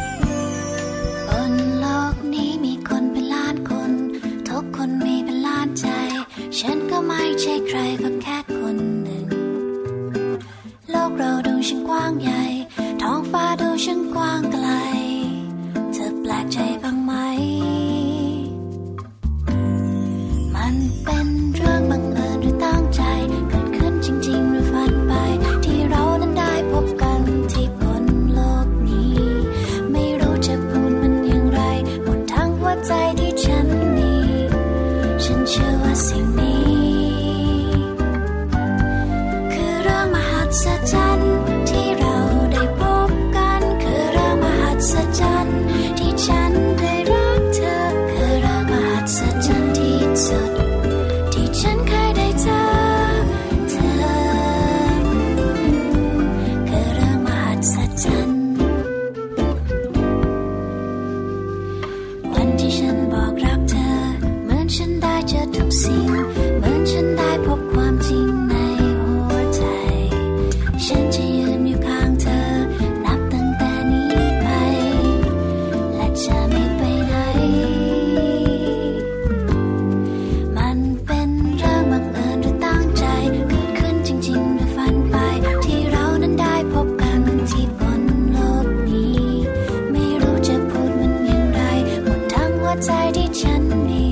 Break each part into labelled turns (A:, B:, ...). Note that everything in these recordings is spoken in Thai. A: บนโลกนี้มีคนเป็นล้านคน ทุกคนมีเป็นล้านใจ ฉันก็ไม่ใช่ใครก็แค่คนหนึ่ง โลกเราดูช่างกว้างใหญ่ ท้องฟ้าดูช่างกว้างไกล เธอแปลกใจบ้างไหม มันเป็นเรื่องบังเอิญหรือตั้งใจ เกิดขึ้นจริง ๆ หรือฝันไป ที่เรานั้นได้พบกันที่บนโลกนี้ ไม่รู้จะพูดมันอย่างไรหมดทั้งหัวใจที่ฉันมี ฉันเชื่อว่าสิ่งนี้ คือเรื่องมหัศจรรย์ที่เราได้พบกัน คือเรื่องมหัศจรรย์ที่ฉันได้รักเธอ คือเรื่องมหัศจรรย์ที่สุด ที่ฉันเคยได้เจอเธอ คือเรื่องมหัศจรรย์ วันที่ฉันบอกรักเธอ เหมือนฉันได้เจอทุกสิ่ง เหมือนฉันได้พบความจริงในหัวใจ ฉันจะยืนอยู่ข้างเธอ นับตั้งแต่นี้ไป และจะไม่ไปไหน มันเป็นเรื่องบังเอิญหรือตั้งใจ เกิดขึ้นจริงๆหรือฝันไป ที่เรานั้นได้พบกันที่บนโลกนี้ ไม่รู้จะพูดมันอย่างไร หมดทั้งหัวใจที่ฉันมี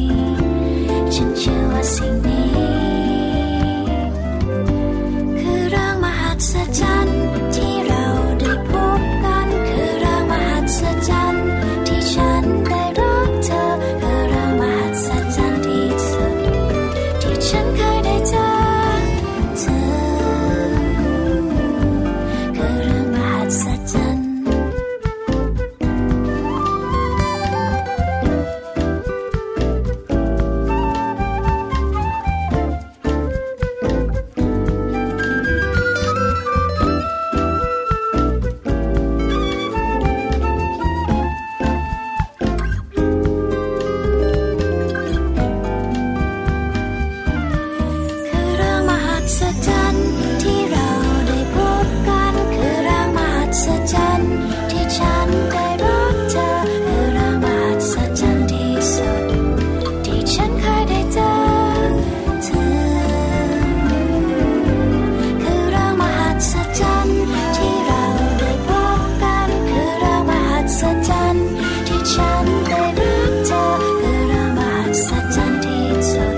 A: ฉันเชื่อว่าสิ่งนี้ คือเรื่องมหัศจรรย์ที่เราได้พบกัน คือเรื่องมหัศจรรย์ที่ฉันได้รักเธอ คือเรื่องมหัศจรรย์ที่สุด ที่ฉันเคยได้เจอเธอ คือเรื่องมหัศจรรย์ คือเรื่องมหัศจรรย์ที่เราได้พบกัน คือเรื่องมหัศจรรย์ที่ฉันได้รักเธอ คือเรื่องมหัศจรรย์ที่สุด ที่ฉันเคยได้เจอเธอ คือเรื่องมหัศจรรย์ที่เราได้พบกัน คือเรื่องมหัศจรรย์ที่ฉันได้รักเธอ คือเรื่องมหัศจรรย์ที่สุด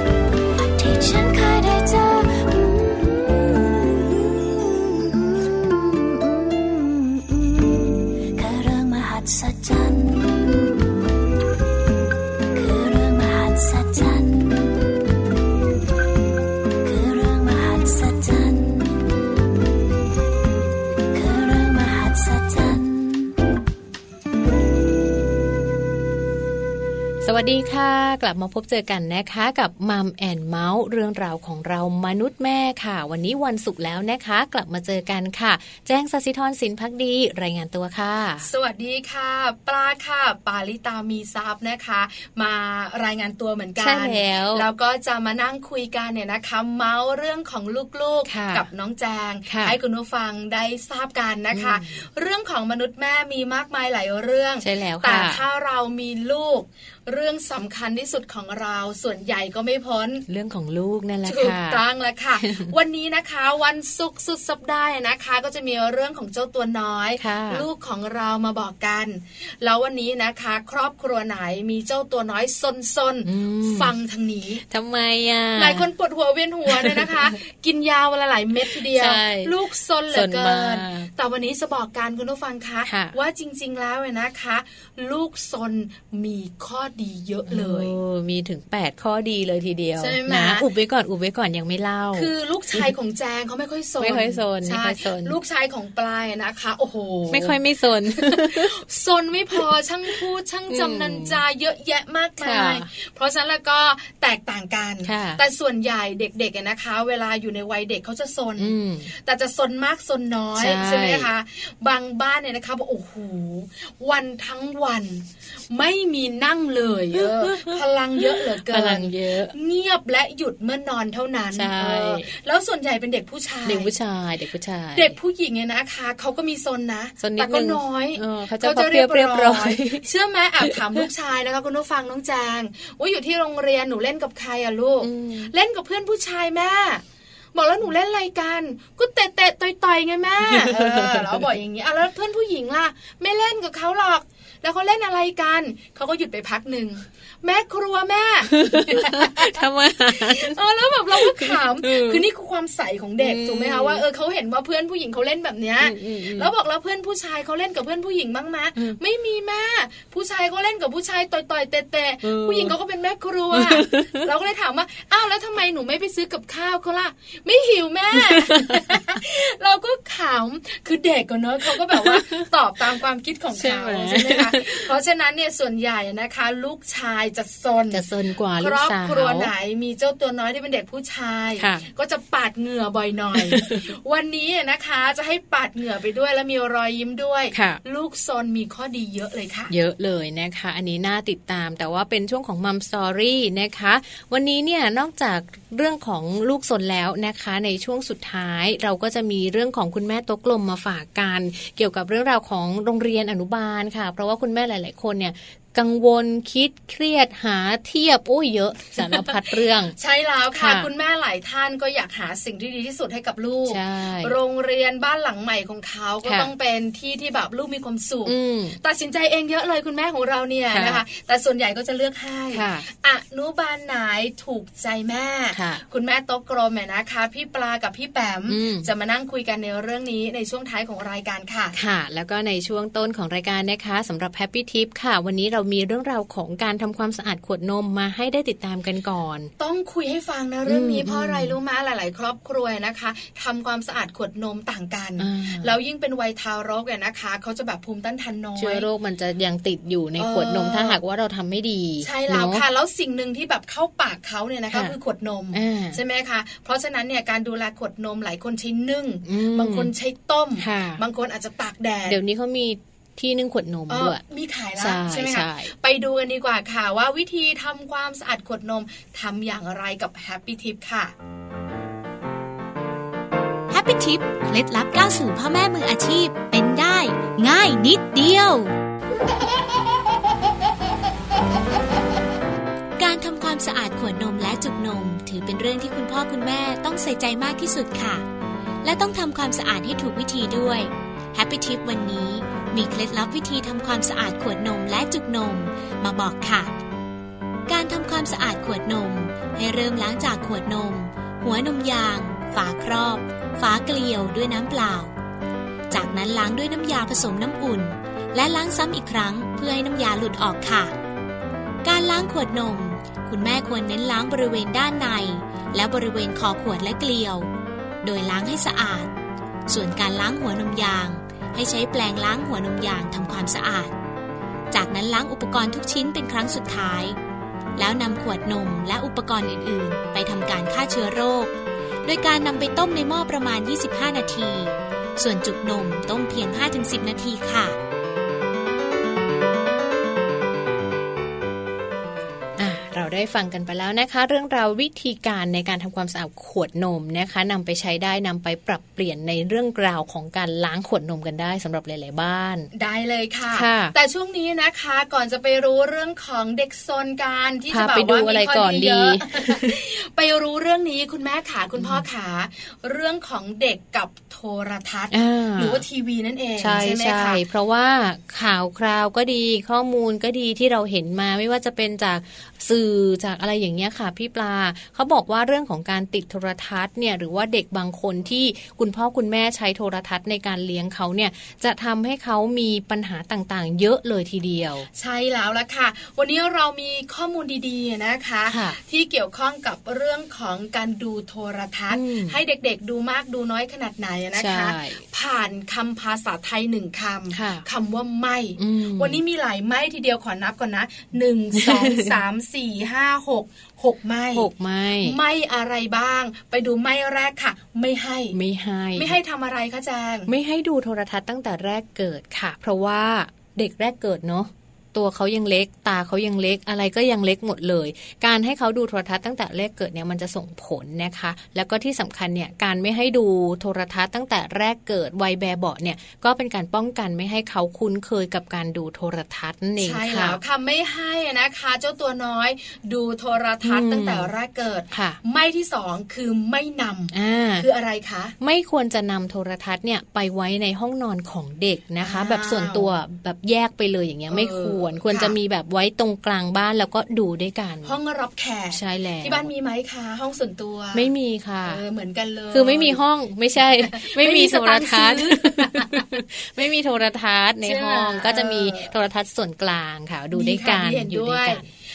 A: ที่ฉันเคยได้เจออืมคือเรื่องมหัศจรรย์ คือเรื่องมหัศจรรย์ คือเรื่องมหัศจรรย์ คือเรื่องมหัศจรรย์
B: สวัสดีค่ะ กลับมาพบเจอกันนะคะกับมัมแอนเมาส์เรื่องราวของเรามนุษย์แม่ค่ะ วันนี้วันศุกร์แล้วนะคะ กลับมาเจอกันค่ะ แจ้งสศิธรสินพักดีรายงานตัวค่ะ
C: สวัสดีค่ะ ปลาค่ะ ปาลิตามีซับนะคะ มารายงานตัวเหมือนกั
B: ใช่
C: น
B: แล้ว
C: แล้วก็จะมานั่งคุยกันเนี่ยนะคะ เมาส์เรื่องของลูก
B: ค่ะ
C: ๆกับน้องแจง
B: ค่ะ
C: ให้คุณผู้ฟังได้ทราบกันนะคะ
B: อื
C: เรื่องของมนุษย์แม่มีมากมายหลายเรื่อง
B: ใช่แล้ว
C: แต่
B: ค่ะ
C: ถ้าเรามีลูก เรื่องสำคัญที่สุดของเราส่วนใหญ่ก็ไม่พ้น
B: เรื่องของลูกนั่นแหละ
C: ถูก
B: ค่ะ
C: ต้องแล้ว ค่ะ วันนี้นะคะวันศุกร์สุดสัปดาห์นะคะ ก็จะมีเรื่องของเจ้าตัวน้อย
B: ค่ะ
C: ลูกของเรามาบอกกัน แล้ววันนี้นะคะ ครอบครัวไหนมีเจ้าตัวน้อยซนๆ
B: อืม
C: ฟังทางนี้
B: ทำไมอ่ะ
C: หลายคนปวดหัวเวียนหัวเนี่ย นะคะ กินยาวันละหลายเม็ดทีเดียว
B: ใช่
C: ลูกซนเหลือ
B: ซน
C: เกิน
B: มาก
C: แต่วันนี้จะบอกการคุณผู้ฟังคะ
B: ค่ะ
C: ว่าจริง ๆ แล้วเนี่ยนะคะ ลูกซนมีข้อ ดีเยอะเลย
B: ออมีถึง 8 ข้อดีเลยทีเดียว
C: ใช่ไหม
B: นะอุบไว้ก่อนอุบไว้ก่อนยังไม่เล่า
C: คือลูกชายของแจงเขาไม่ค่อยสน
B: ไม่ค่อยสนไม่
C: ใช่
B: ค่อยสน
C: ลูกชายของปลายอะนะคะ โอ้โห
B: ไม่ค่อยไม่สน
C: สนไม่พอช่างพูดช่างจำนัน จาเยอะแยะมากมา
B: ค่ะ
C: ยเพราะฉะนั้นแล้วก็แตกต่างกัน
B: ค่ะ
C: แต่ส่วนใหญ่เด็กๆอะนะคะ เวลาอยู่ในวัยเด็กเขาจะสน
B: อืม
C: แต่จะซนมากซนน้อย
B: ใช่
C: ไหมคะบางบ้านเนี่ยนะคะบอกโอ้โหวันทั้งวัน ไม่มีนั่งเลยเอ อ พลังเยอะเหลือเกิน
B: พลังเยอะ
C: เงียบและหยุดเมื่อนอนเท่านั้น
B: ใช่
C: เออแล้วส่วนใหญ่เป็นเด็กผู้ชาย
B: เด็กผู้ชายเด็กผู้ชาย
C: เด็กผู้หญิงเนี่ยนะคะเขาก็มีซนนะ
B: สนนิ
C: แต่
B: ด
C: ก็
B: นึง
C: น้อย
B: เออเขาจะเรียบเรียบร้อย
C: เชื่อไหมแอบถามลูกชายนะคะคุณผู้ฟังน้องแจงว่าอยู่ที่โรงเรียนหนูเล่นกับใครอะลูก
B: อืม
C: เล่นกับเพื่อนผู้ชายแม่บอกแล้วหนูเล่นอะไรกัน ก็เตะเตะต่อยต่อยๆไงแม่เออแล้วบอกอย่างนี้อ่ะแล้วเพื่อนผู้หญิงล่ะ ไม่เล่นกับเขาหรอก แล้วเขาเล่นอะไรกันเขาก็หยุดไปพักหนึ่งแม่ครัวแม่
B: ทำอาหาร
C: เออแล้วแบบเราก็ข
B: อืม
C: ำคือนี่คือความใสของเด็ก
B: อืม
C: ถูกไหมคะว่าเออเขาเห็นว่าเพื่อนผู้หญิงเขาเล่นแบบเนี้ย
B: อืมอืมอืม
C: แล้วบอกแล้วเพื่อนผู้ชายเขาเล่นกับเพื่อนผู้หญิงบ้างไหม
B: อืม
C: ไม่มีแม่ผู้ชายก็เล่นกับผู้ชายต่อยต่อยๆเตะเตะ
B: เออ
C: ผู้หญิงเขาก็เป็นแม่ครั ว เราก็เลยถามว่าอ้าวแล้วทำไมหนูไม่ไปซื้อกับข้าวเขาล่ะ ไม่หิวแม่ เราก็ขำคือเด็กกันเนอะเขาก็แบบว่าตอบตามความคิดของ
B: ใช่
C: เขา
B: ไหม
C: ใช่ไหมคะเพราะฉะนั้นเนี่ยส่วนใหญ่นะคะ ลูกชายจะซน
B: จะสนกว่า
C: ค
B: ลู
C: ร
B: ก
C: อบ
B: สาว
C: ครัวไหนมีเจ้าตัวน้อยที่เป็นเด็กผู้ชาย
B: ค่ะ
C: ก็จะปาดเหงื่อบ่อยห น่อย วันนี้นะคะจะให้ปาดเหงื่อไปด้วยแล้วมีรอยยิ้มด้วย
B: ค่ะ
C: ลูกซนมีข้อดีเยอะเลยค่ะ
B: เยอะเลยนะคะ อันนี้น่าติดตามแต่ว่าเป็นช่วงของมัมสตอรี่นะคะ วันนี้เนี่ยนอกจากเรื่องของลูกสนแล้วนะคะ ในช่วงสุดท้ายเราก็จะมีเรื่องของคุณแม่โต๊ะกลมมาฝากกัน เกี่ยวกับเรื่องราวของโรงเรียนอนุบาลค่ะ เพราะว่าคุณแม่หลาย ๆ คนเนี่ยกังวลคิดเครียดหาเทียบโอ้ยเยอะสารพัดเรื่อง
C: ใช่แล้วค่ะ
B: ค่ะ
C: คุณแม่หลายท่านก็อยากหาสิ่งที่ดีที่สุดให้กับลูก
B: ใช่
C: โรงเรียนบ้านหลังใหม่ของเขาก็
B: ค่ะ
C: ต้องเป็นที่ที่แบบลูกมีความสุข
B: อืม
C: ตัดสินใจเองเยอะเลยคุณแม่ของเราเนี่ย
B: ค่ะ
C: นะคะ แต่ส่วนใหญ่ก็จะเลือกให้
B: ค่ะ
C: อนุบาลไหนถูกใจแม่
B: ค่ะ
C: คุณแม่โต๊ะกลมเนี่ยนะคะ พี่ปลากับพี่แปม
B: อืม
C: จะมานั่งคุยกันในเรื่องนี้ในช่วงท้ายของรายการค่ะ
B: ค่ะ แล้วก็ในช่วงต้นของรายการนะคะสำหรับ Happy Tip ค่ะ วันนี้เรามีเรื่องราวของการทำความสะอาดขวดนมมาให้ได้ติดตามกันก่อน
C: ต้องคุยให้ฟังนะเรื่องนี้
B: อืม
C: เพราะอะไร
B: อืม
C: รู้มาหลาย ๆ ครอบครัวนะคะทำความสะอาดขวดนมต่างกัน
B: อ่า
C: แล้วยิ่งเป็นวัยทารกเนี่ยนะคะเขาจะแบบภูมิต้านทานน้อย
B: เชื้อโรคมันจะยังติดอยู่ใน
C: เออ
B: ขวดนมถ้าหากว่าเราทำไม่ดี
C: ใช่แล้ว
B: เนอ
C: ค่ะ แล้วสิ่งหนึ่งที่แบบเข้าปากเขาเนี่ยนะคะ
B: ค่ะ
C: คือขวดนม
B: อ่า
C: ใช่ไหมคะ เพราะฉะนั้นเนี่ยการดูแลขวดนมหลายคนใช้นึ่ง
B: อืม
C: บางคนใช้ต้ม
B: ค่ะ
C: บางคนอาจจะตากแดด
B: เดี๋ยวนี้เขามีที่นึ่งขวดนม
C: เอ่อ
B: ด้วย
C: มีขายแล้ว
B: ใช่
C: ใช่ไหม
B: ใช่
C: คะไปดูกันดีกว่าค่ะว่าวิธีทำความสะอาดขวดนมทำอย่างไรกับแฮปปี้ทิปค่ะ
D: แฮปปี้ทิปเคล็ดลับก้าวสู่พ่อแม่มืออาชีพเป็นได้ ง่ายนิดเดียว การทำความสะอาดขวดนมและจุกนม ถือเป็นเรื่องที่คุณพ่อคุณแม่ต้องใส่ใจมากที่สุดค่ะ และต้องทำความสะอาดให้ถูกวิธีด้วยแฮปปี้ทิปวันนี้ มีเคล็ดลับวิธีทำความสะอาดขวดนมและจุกนม มาบอกค่ะ การทำความสะอาดขวดนม ให้เริ่มล้างจากขวดนม หัวนมยาง ฝาครอบ ฝาเกลียวด้วยน้ำเปล่า จากนั้นล้างด้วยน้ำยาผสมน้ำอุ่น และล้างซ้ำอีกครั้งเพื่อให้น้ำยาหลุดออกค่ะ การล้างขวดนม คุณแม่ควรเน้นล้างบริเวณด้านใน และบริเวณคอขวดและเกลียว โดยล้างให้สะอาด ส่วนการล้างหัวนมยาง ให้ใช้แปรงล้างหัวนมยางทำความสะอาด จากนั้นล้างอุปกรณ์ทุกชิ้นเป็นครั้งสุดท้าย แล้วนำขวดนมและอุปกรณ์อื่น ๆ ไปทำการฆ่าเชื้อโรค โดยการนำไปต้มในหม้อประมาณ 25 นาที ส่วนจุกนมต้มเพียง 5-10 นาทีค่ะ
B: อ่ะเราได้ฟังกันไปแล้วนะคะ เรื่องราววิธีการในการทำความสะอาดขวดนมนะคะนำไปใช้ได้นำไปปรับเปลี่ยนในเรื่องราวของการล้างขวดนมกันได้สำหรับหลาย ๆ บ้าน
C: ได้เลยค่ะ
B: ค่ะ
C: แต่ช่วงนี้นะคะก่อนจะไปรู้เรื่องของเด็กซนการที่จะ
B: พา
C: แบบ
B: ไปดู
C: ว่ามี
B: อะไร
C: ข้
B: ก่อนดี
C: เยะ ไปรู้เรื่องนี้คุณแม่ขาคุณพ่อขาเรื่องของเด็กกับโทรทัศน์
B: อ่า
C: หรือว่าทีวีนั่นเอง
B: ใช่
C: ไหม
B: ใช่
C: คะ
B: เพราะว่าข่าวคราวก็ดีข้อมูลก็ดีที่เราเห็นมาไม่ว่าจะเป็นจากสื่อ อจากอะไรอย่างเงี้ยค่ะ พี่ปลาเขาบอกว่าเรื่องของการติดโทรทัศน์เนี่ยหรือว่าเด็กบางคนที่คุณพ่อคุณแม่ใช้โทรทัศน์ในการเลี้ยงเขาเนี่ยจะทำให้เขามีปัญหาต่างๆ เยอะเลยทีเดียว
C: ใช่แล้วละค่ะ วันนี้เรามีข้อมูลดีๆนะคะ
B: ค่ะ
C: ที่เกี่ยวข้องกับเรื่องของการดูโทรทัศน์
B: อืม
C: ให้เด็กๆดูมากดูน้อยขนาดไหนนะคะ
B: ใช่
C: ผ่านคำภาษาไทยหนึ่งค
B: ค่ะ
C: ำคำว่าไม่
B: อืม
C: วันนี้มีหลายไม้ทีเดียวขอนับก่อนนะหนึ่งสองสามสี่ห้าหกหกไม้
B: หกไม่
C: ไม่อะไรบ้าง ไปดูไม้แรกค่ะ ไม่ให้
B: ไม่ให้
C: ไม่ให้ทำอะไรคะแจง
B: ไม่ให้ดูโทรทัศน์ตั้งแต่แรกเกิดค่ะ เพราะว่าเด็กแรกเกิดเนาะตัวเขายังเล็ก ตาเขายังเล็กอะไรก็ยังเล็กหมดเลย การให้เขาดูโทรทัศน์ตั้งแต่แรกเกิดเนี่ยมันจะส่งผลนะคะ แล้วก็ที่สำคัญเนี่ยการไม่ให้ดูโทรทัศน์ตั้งแต่แรกเกิดวัยแบบเบาะเนี่ยก็เป็นการป้องกันไม่ให้เขาคุ้นเคยกับการดูโทรทัศน์นั่นเอง
C: ใช่
B: ค่ะ
C: แล้วค่ะไม่ให้นะคะ เจ้าตัวน้อย ดูโทรทัศน์
B: อืม
C: ตั้งแต่แรกเกิด
B: ค่ะ
C: ไม่ที่สองคือไม่นำ
B: อ่า
C: คืออะไรคะ
B: ไม่ควรจะนำโทรทัศน์เนี่ยไปไว้ในห้องนอนของเด็กนะคะ
C: อ้าว
B: แบบส่วนตัวแบบแยกไปเลยอย่างเงี้ย
C: เออ
B: ไม่ควรควร
C: ค่ะ
B: จะมีแบบไว้ตรงกลางบ้านแล้วก็ดูด้วยกัน
C: ห้องรับแขก
B: ใช่แล้ว
C: ที่บ้านมีไหมคะห้องส่วนตัว
B: ไม่มีค่ะ
C: เออเหมือนกันเลย
B: คือไม่มีห้องไม่ใช่ ไม่มี
C: ไม่มีส
B: โทร
C: ตางค์
B: ทัศน์
C: ซื้อ
B: ไม่มีโทรทัศน์ในห้อง
C: ใช่ไหม
B: ก็จะมี
C: เออ
B: โทรทัศน์ส่วนกลางค่ะ ดูด้วยกัน
C: ดีค่ะดีเห็น
B: อยู่ด้วย
C: ด้
B: กั
C: วย
B: น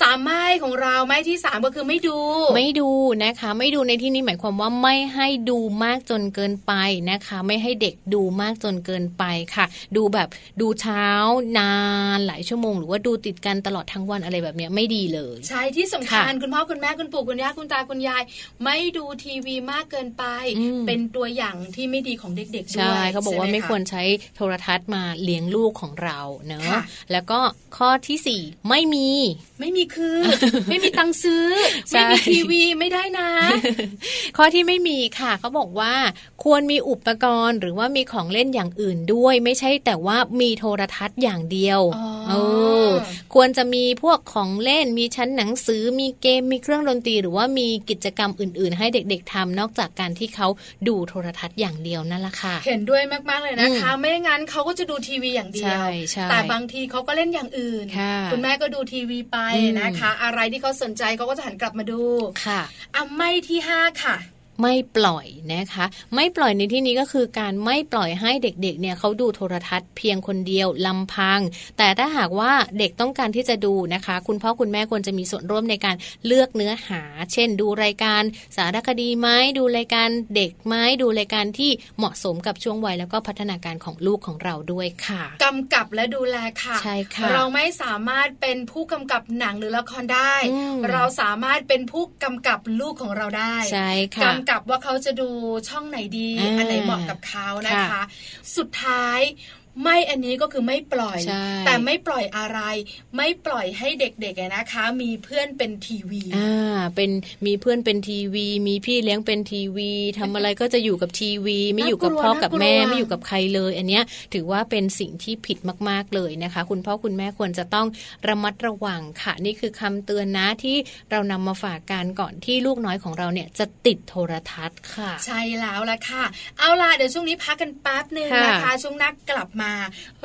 C: สามไม้ของเราไม้ที่สามก็คือไม่ดู
B: ไม่ดูนะคะ ไม่ดูในที่นี้หมายความว่าไม่ให้ดูมากจนเกินไปนะคะ ไม่ให้เด็กดูมากจนเกินไปค่ะ ดูแบบดูเช้านานหลายชั่วโมง หรือว่าดูติดกันตลอดทั้งวันอะไรแบบเนี้ยไม่ดีเลย
C: ใช่ที่สำคัญ
B: ค่ะ
C: คุณพ่อคุณแม่คุณปู่คุณย่าคุณตาคุณยาย ไม่ดูทีวีมากเกินไป
B: อืม
C: เป็นตัวอย่างที่ไม่ดีของเด็กๆด้วย
B: ใช่เขาบอกว่า
C: ใช่ห
B: ไม่ควระ ใช้โทรทัศน์มาเลี้ยงลูกของเราเนอะ
C: ค่ะ
B: แล้วก็ข้อที่สี่ไม่มี
C: ไม่มีคือ ไม่มีตังค์ซื้อ
B: ใช่
C: ไม่มีทีวีไม่ได้นะ
B: ข้อที่ไม่มีค่ะเขาบอกว่า ควรมีอุปกรณ์หรือว่ามีของเล่นอย่างอื่นด้วย ไม่ใช่แต่ว่ามีโทรทัศน์อย่างเดียว
C: อ๋อ
B: เออควรจะมีพวกของเล่น มีชั้นหนังสือ มีเกมมีเครื่องดนตรี หรือว่ามีกิจกรรมอื่น ๆ ให้เด็ก ๆทำนอกจากการที่เขาดูโทรทัศน์อย่างเดียวนั่นแหละค่ะ
C: เห็นด้วยมากๆเลยนะคะ ไม่งั้นเขาก็จะดูทีวีอย่างเดียว
B: ใช่ใช่
C: แต่บางทีเขาก็เล่นอย่างอื่น
B: ค่ะ
C: ณแม่ก็ดูทีวีไป
B: อืม
C: นะคะ อะไรที่เขาสนใจเขาก็จะหันกลับมาดู
B: ค่ะ
C: อ่ะไม่ที่ห้าค่ะ
B: ไม่ปล่อยนะคะ ไม่ปล่อยในที่นี้ก็คือการไม่ปล่อยให้เด็กๆ เนี่ยเขาดูโทรทัศน์เพียงคนเดียวลำพัง แต่ถ้าหากว่าเด็กต้องการที่จะดูนะคะ คุณพ่อคุณแม่ควรจะมีส่วนร่วมในการเลือกเนื้อหา เช่น ดูรายการสารคดีไหมดูรายการเด็กไหมดูรายการที่เหมาะสมกับช่วงวัยแล้วก็พัฒนาการของลูกของเราด้วยค่ะ
C: กำกับและดูแลค่ะ
B: ใช่ค่ะ
C: เราไม่สามารถเป็นผู้กำกับหนังหรือละครได้
B: อืม
C: เราสามารถเป็นผู้กำกับลูกของเราได้
B: ใช่ค่ะ
C: กำกับว่าเขาจะดูช่องไหนดี
B: อ่า
C: อันไหนเหมาะกับเขานะคะ
B: ค่ะ
C: สุดท้ายไม่อันนี้ก็คือไม่ปล่อย
B: ใช่
C: แต่ไม่ปล่อยอะไร ไม่ปล่อยให้เด็กๆอะนะคะ มีเพื่อนเป็นทีวี
B: อ่าเป็นมีเพื่อนเป็นทีวี มีพี่เลี้ยงเป็นทีวีทำอะไรก็จะอยู่กับทีวี ไม่อยู่กับพ่อกับแม่
C: น่ากลัว
B: ไม่อยู่กับใครเลย อันเนี้ยถือว่าเป็นสิ่งที่ผิดมาก ๆเลยนะคะ คุณพ่อคุณแม่ควรจะต้องระมัดระวังค่ะ นี่คือคำเตือนนะที่เรานำมาฝากกันก่อนที่ลูกน้อยของเราเนี่ยจะติดโทรทัศน์ค่ะ
C: ใช่แล้วละค่ะ เอาล่ะเดี๋ยวช่วงนี้พักกันแป๊บหนึ่งนะคะ
B: ค่ะ
C: ช่วงหนักกลับมา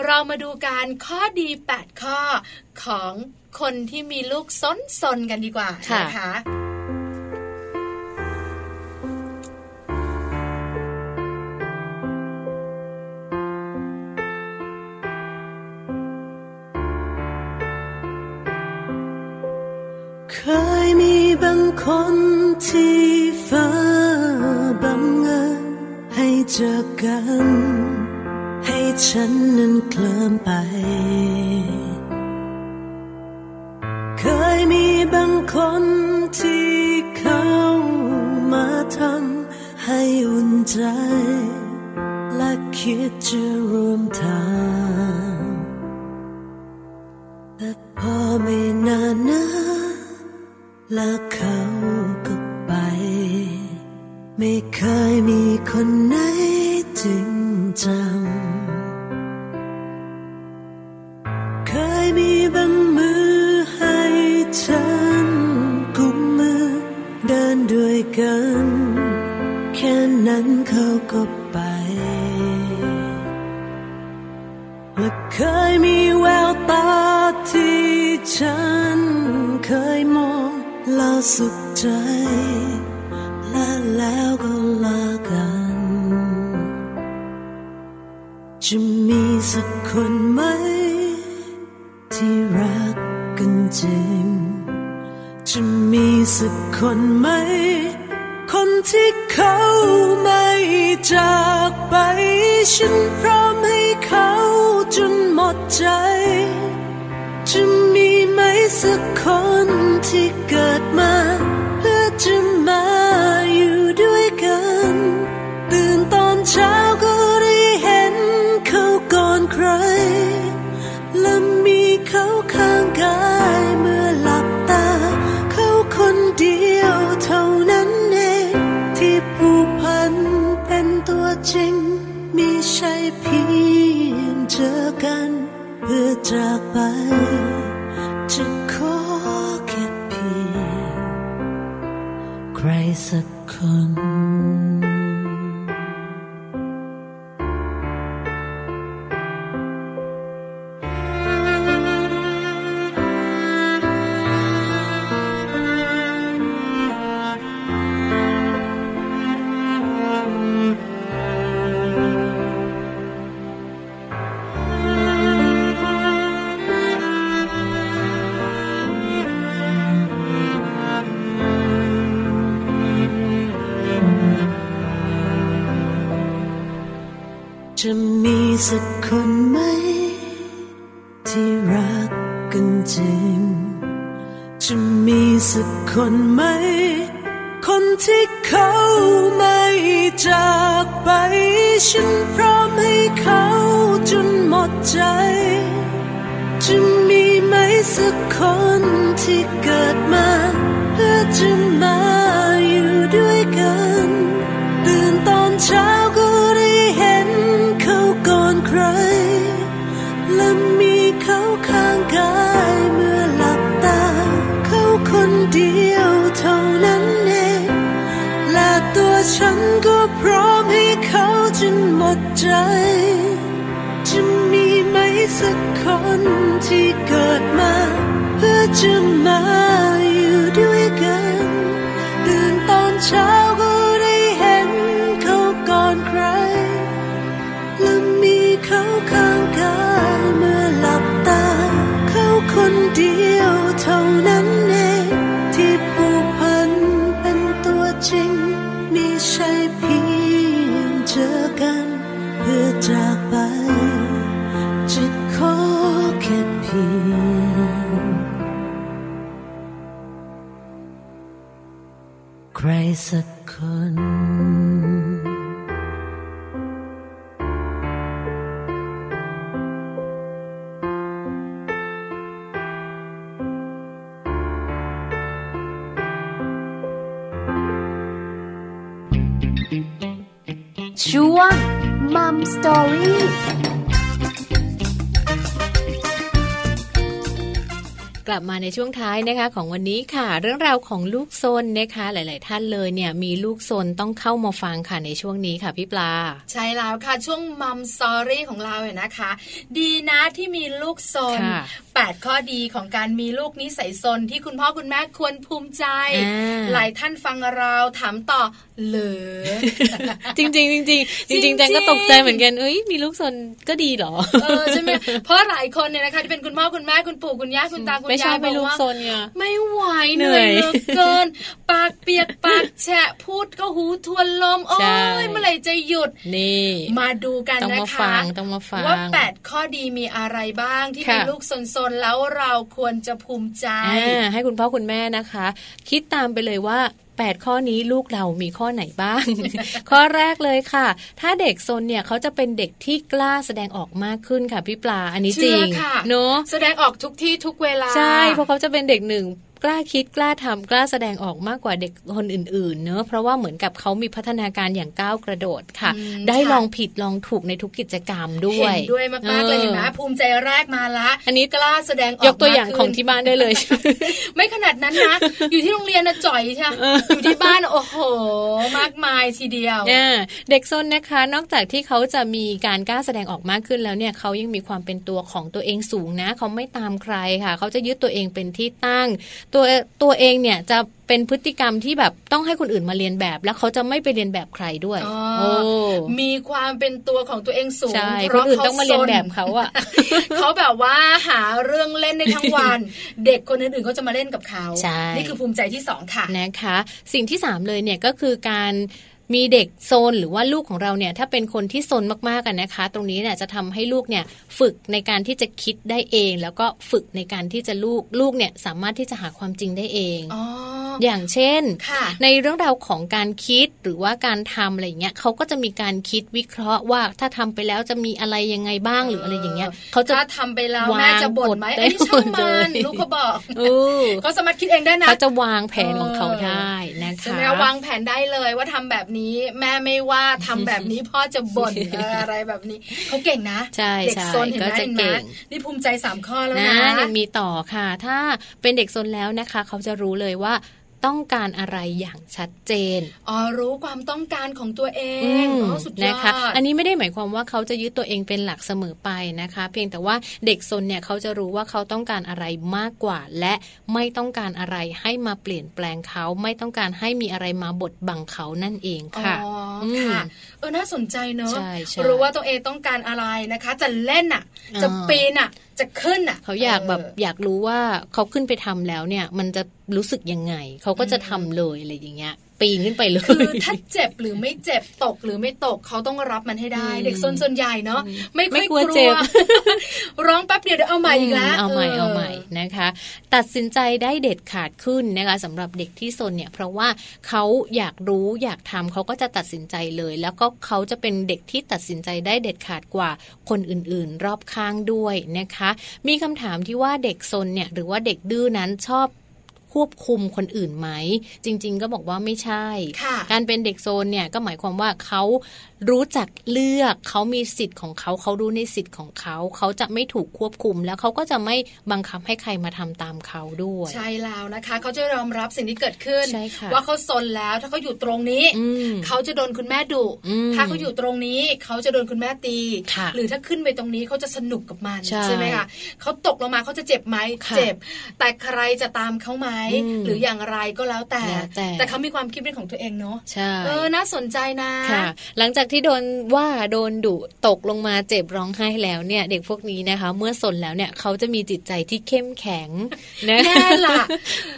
C: เรามาดูการข้อดี 8 ข้อของคนที่มีลูกซนซนๆกันดีกว่านะคะ
A: เคยมีบางคนที่ฟ้าบังเอิญให้เจอกัน ให้ฉันนั้นเคลิ้มไป เคยมีบางคนที่เข้ามาทำให้อุ่นใจ และคิดจะร่วมทาง แต่พอไม่นานนะ แล้วเขาก็ไป ไม่เคยมีคนไหนจริงจัง เคยมีบางมือให้ฉันกุมมือเดินด้วยกัน แค่นั้นเขาก็ไป และเคยมีแววตาที่ฉันเคยม เราสุขใจ และแล้วก็ลากัน จะมีสักคนไหม ที่รักกันจริง จะมีสักคนไหม คนที่เขาไม่จากไป ฉันพร้อมให้เขาจนหมดใจ จะมีไหมสักคนที่เกิดมาเพื่อจะมาอยู่ด้วยกัน ตื่นตอนเช้าก็ได้เห็นเขาก่อนใคร และมีเขาข้างกายเมื่อหลับตา เขาคนเดียวเท่านั้นเองที่ผูกพันเป็นตัวจริง มีใช่เพียงเจอกัน เพื่อจากไป จะขอแค่เพียงใครสักคน จะมีสักคนไหม ที่รักกันจริง จะมีสักคนไหม คนที่เขาไม่จากไป ฉันพร้อมให้เขาจนหมดใจ จะมีไหมสักคนที่เกิดมา เพื่อจะมาอยู่ด้วยกัน ตื่นตอนเช้าก็ได้เห็นเขาก่อนใคร และมีเขาข้างกายเมื่อหลับตา เขาคนเดียวเท่านั้นเองและตัวฉันก็พร้อมให้เขาจนหมดใจ จะมีไหมสักคนที่เกิดมา เพื่อจะมาอยู่ด้วยกัน ตื่นตอนเช้าก็ได้เห็นเขาก่อนใคร และมีเขาข้างกายเมื่อหลับตา เขาคนเดียวเท่านั้นเองที่ผูกพันเป็นตัวจริง มีใช่เพียงเจอกัน เพื่อจากไป จะขอแค่เพียงใครสักคน
E: ช่วงมัมสตอรี่
B: กลับมาในช่วงท้ายนะคะ ของวันนี้ค่ะ เรื่องราวของลูกซนนะคะ หลาย ๆ ท่านเลยเนี่ยมีลูกซนต้องเข้ามาฟังค่ะในช่วงนี้ค่ะพี่ปลา
C: ใช่แล้วค่ะ ช่วงมัมซอรี่ของเราเนี่ยนะคะ ดีนะที่มีลูกซน
B: ค่ะ
C: แปดข้อดีของการมีลูกนิสัยซนที่คุณพ่อคุณแม่ควรภูมิใจ
B: อ่า
C: หลายท่านฟังเราถามต่อเหลือ
B: จริงๆจริงๆจริงๆจริงๆจังก็ตกใจเหมือนกันเอ้ยมีลูกซนก็ดีเหรอ
C: เอ อใช่ไหมเพราะหลายคนเนี่ยนะคะที่เป็นคุณพ่อคุณแม่คุณปู่คุณย่าคุณตาคุณ
B: ไม่ช
C: ยา
B: อย บไป
C: บอก
B: ลูก
C: ว่า
B: ซนไง
C: ไม่ไหวเห
B: เหนื่
C: นื่อ
B: อย ย
C: เหลือเกิน ปากเปียกปากแฉะพูดก็หูทวนลมโอ้
B: ใช่
C: ยเมื่อไหร่จะหยุด
B: นี่
C: มาดูกัน
B: ต้อง
C: นะ
B: มา
C: คะ
B: ฟังต้องมาฟัง
C: ว่า 8 ข้อดีมีอะไรบ้างที่
B: ค่ะ
C: มีลูกซนๆแล้วเราควรจะภูมิใจ
B: อ่าให้คุณพ่อคุณแม่นะคะ คิดตามไปเลยว่า 8 ข้อนี้ลูกเรามีข้อไหนบ้าง ข้อแรกเลยค่ะ ถ้าเด็กซนเนี่ยเขาจะเป็นเด็กที่กล้าแสดงออกมากขึ้นค่ะพี่ปลาอันนี้จ
C: เชื่
B: ริ
C: อง ค่ะ
B: เนาะ
C: แสดงออกทุกที่ทุกเวลา
B: ใช่เพราะเขาจะเป็นเด็กหนึ่งกล้าคิดกล้าทำกล้าแสดงออกมากกว่าเด็กคนอื่นๆ เนอะเพราะว่าเหมือนกับเขามีพัฒนาการอย่างก้าวกระโดดค่ะ
C: อืม
B: ได้
C: ค่ะ
B: ลองผิดลองถูกในทุกกิจกรรมด้ว
C: เห็
B: ย
C: นด้วยมากๆเลยเห็นไหม
B: ออ
C: ภูมิใจแรกมาละ
B: อันนี้
C: กล้าแสดงออก
B: ยกตัวอย่าง
C: มขึ้น
B: ของที่บ้านได้เลย
C: ไม่ขนาดนั้นนะ อยู่ที่โรงเรียนนะจ่อยใช่ไหมอยู่ที่บ้านโอ้โห มากมายทีเดียว
B: อ่าเด็กซนนะคะ นอกจากที่เขาจะมีการกล้าแสดงออกมากขึ้นแล้วเนี่ยเขายังมีความเป็นตัวของตัวเองสูงนะ เขาไม่ตามใครค่ะ เขาจะยึดตัวเองเป็นที่ตั้ง ตัวตัวเองเนี่ยจะเป็นพฤติกรรมที่แบบต้องให้คนอื่นมาเรียนแบบ แล้วเขาจะไม่ไปเรียนแบบใครด้วย
C: อ๋อ
B: โอ้
C: มีความเป็นตัวของตัวเองสูง
B: ใช่คน
C: เพราะ
B: อื่น
C: เขา
B: ต้องมาเรียนแบบ
C: ซน
B: เขาอะ
C: เขาแบบว่าหาเรื่องเล่นในทั้งวัน เด็กคนอื่นๆก็จะมาเล่นกับเขา
B: ใช่
C: นี่คือภูมิใจที่สองค่ะ
B: นะคะสิ่งที่ 3 เลยเนี่ยก็คือการมีเด็กโซนหรือว่าลูกของเราเนี่ยถ้าเป็นคนที่โซนมากๆกันนะคะ ตรงนี้เนี่ยจะทำให้ลูกเนี่ยฝึกในการที่จะคิดได้เอง แล้วก็ฝึกในการที่จะลูกลูกเนี่ยสามารถที่จะหาความจริงได้เอง
C: อ๋อ
B: อย่างเช่น
C: ค่ะ
B: ในเรื่องราวของการคิดหรือว่าการทำอะไรอย่างเงี้ยเขาก็จะมีการคิดวิเคราะห์ว่าถ้าทำไปแล้วจะมีอะไรยังไงบ้างหรืออะไรอย่างเงี้ยเขาจะ
C: ถ้าทำไปแล้ว
B: วาง
C: แม่จะบ่นไหม
B: กด
C: ไอ้นี่ช่าง
B: เล
C: มัน
B: ย
C: ลูกเขาบอก
B: เออ
C: เขาสามารถคิดเองได้นะ
B: เขาจะวางแผนของเขาได้นะ
C: ใช่
B: คะ
C: ไหมคะวางแผนได้เลยว่าทำแบบนี้แม่ไม่ว่าทำแบบ นี้พ่อจะบ่น เอออะไรแบบนี้เขาเก่งนะ
B: ใช่
C: เด็กซนเห็น
B: ใช่
C: ไหม
B: ก็จะ
C: เห็นไหม
B: เก่ง
C: นี่ภูมิใจสามข้อแล้ว
B: นะ
C: นะ
B: ยังมีต่อค่ะ ถ้าเป็นเด็กซนแล้วนะคะ เขาจะรู้เลยว่าต้องการอะไรอย่างชัดเจน
C: อ๋อรู้ความต้องการของตัวเอง
B: ม
C: อ๋อสุดยอด
B: นะคะ อันนี้ไม่ได้หมายความว่าเขาจะยึดตัวเองเป็นหลักเสมอไปนะคะ เพียงแต่ว่าเด็กซนเนี่ยเขาจะรู้ว่าเขาต้องการอะไรมากกว่า และไม่ต้องการอะไรให้มาเปลี่ยนแปลงเขา ไม่ต้องการให้มีอะไรมาบดบังเขานั่นเองค่ะ
C: อ๋ออ
B: ม
C: ค่ะ เออ น่าสนใจเนอะ
B: ใช่ใช่
C: รู้ว่าตัวเองต้องการอะไรนะคะ จะเล่นอ่ะ
B: อ่า
C: จะปีนอ่ะ จะขึ้นอ่ะ
B: เขาอยากแบบอยากรู้ว่าเขาขึ้นไปทำแล้วเนี่ย มันจะรู้สึกยังไง เขาก็จะทำเลยอะไรอย่างเงี้ย ปีนขึ้นไปเล
C: เออย คือถ้าเจ็บหรือไม่เจ็บตกหรือไม่ตกเขาต้องรับมันให้ได้
B: อืม
C: เด็กส่วนส่วนใหญ่เนาะไม่ค่อย
B: ไม่
C: ก
B: กลั
C: ลั
B: ว
C: ว
B: เจ็บ
C: ร้องแป๊บเดียวเดี๋ยวเอาใหม่อีกแล้
B: ม
C: ว
B: เอาใหม่เอาใหม่นะคะ ตัดสินใจได้เด็ดขาดขึ้นนะคะสำหรับเด็กที่ซนเนี่ย เพราะว่าเขาอยากรู้อยากทำเขาก็จะตัดสินใจเลย แล้วก็เขาจะเป็นเด็กที่ตัดสินใจได้เด็ดขาดกว่าคนอื่นๆ รอบข้างด้วยนะคะ มีคำถามที่ว่าเด็กซนเนี่ยหรือว่าเด็กดื้อนั้นชอบควบคุมคนอื่นไหม จริง ๆ ก็บอกว่าไม่ใช่
C: ค่ะ
B: การเป็นเด็กโซนเนี่ยก็หมายความว่าเขารู้จักเลือกเขามีสิทธิ์ของเขาเขารู้ในสิทธิ์ของเขาเขาจะไม่ถูกควบคุม แล้วเขาก็จะไม่บังคับให้ใครมาทำตามเขาด้วย
C: ใช่แล้วนะคะ เขาจะยอมรับสิ่งที่เกิดขึ้น
B: ใช่ค่ะ
C: ว่าเขาซนแล้วถ้าเขาอยู่ตรงนี้
B: อืม
C: เขาจะโดนคุณแม่ดุ
B: อืม
C: ถ้าเขาอยู่ตรงนี้ เขาจะโดนคุณแม่ตี
B: ค่ะ
C: หรือถ้าขึ้นไปตรงนี้เขาจะสนุกกับมัน
B: ใช่
C: ไหมคะเขาตกลงมาเขาจะเจ็บไหม
B: ค่ะ
C: เจ็บ แต่ใครจะตามเขาไหม
B: อืม
C: หรืออย่างไรก็แล้วแต่
B: แล้วแต่
C: แต่เขามีความคิดเป็นของตัวเองเนาะ
B: ใช่
C: เออ น่าสนใจนะ
B: ค่ะ หลังจากที่โดนว่าโดนดุตกลงมาเจ็บร้องไห้แล้วเนี่ย เด็กพวกนี้นะคะ เมื่อสนแล้วเนี่ยเขาจะมีจิตใจที่เข้มแข็ งนะ
C: แน่ล่ะ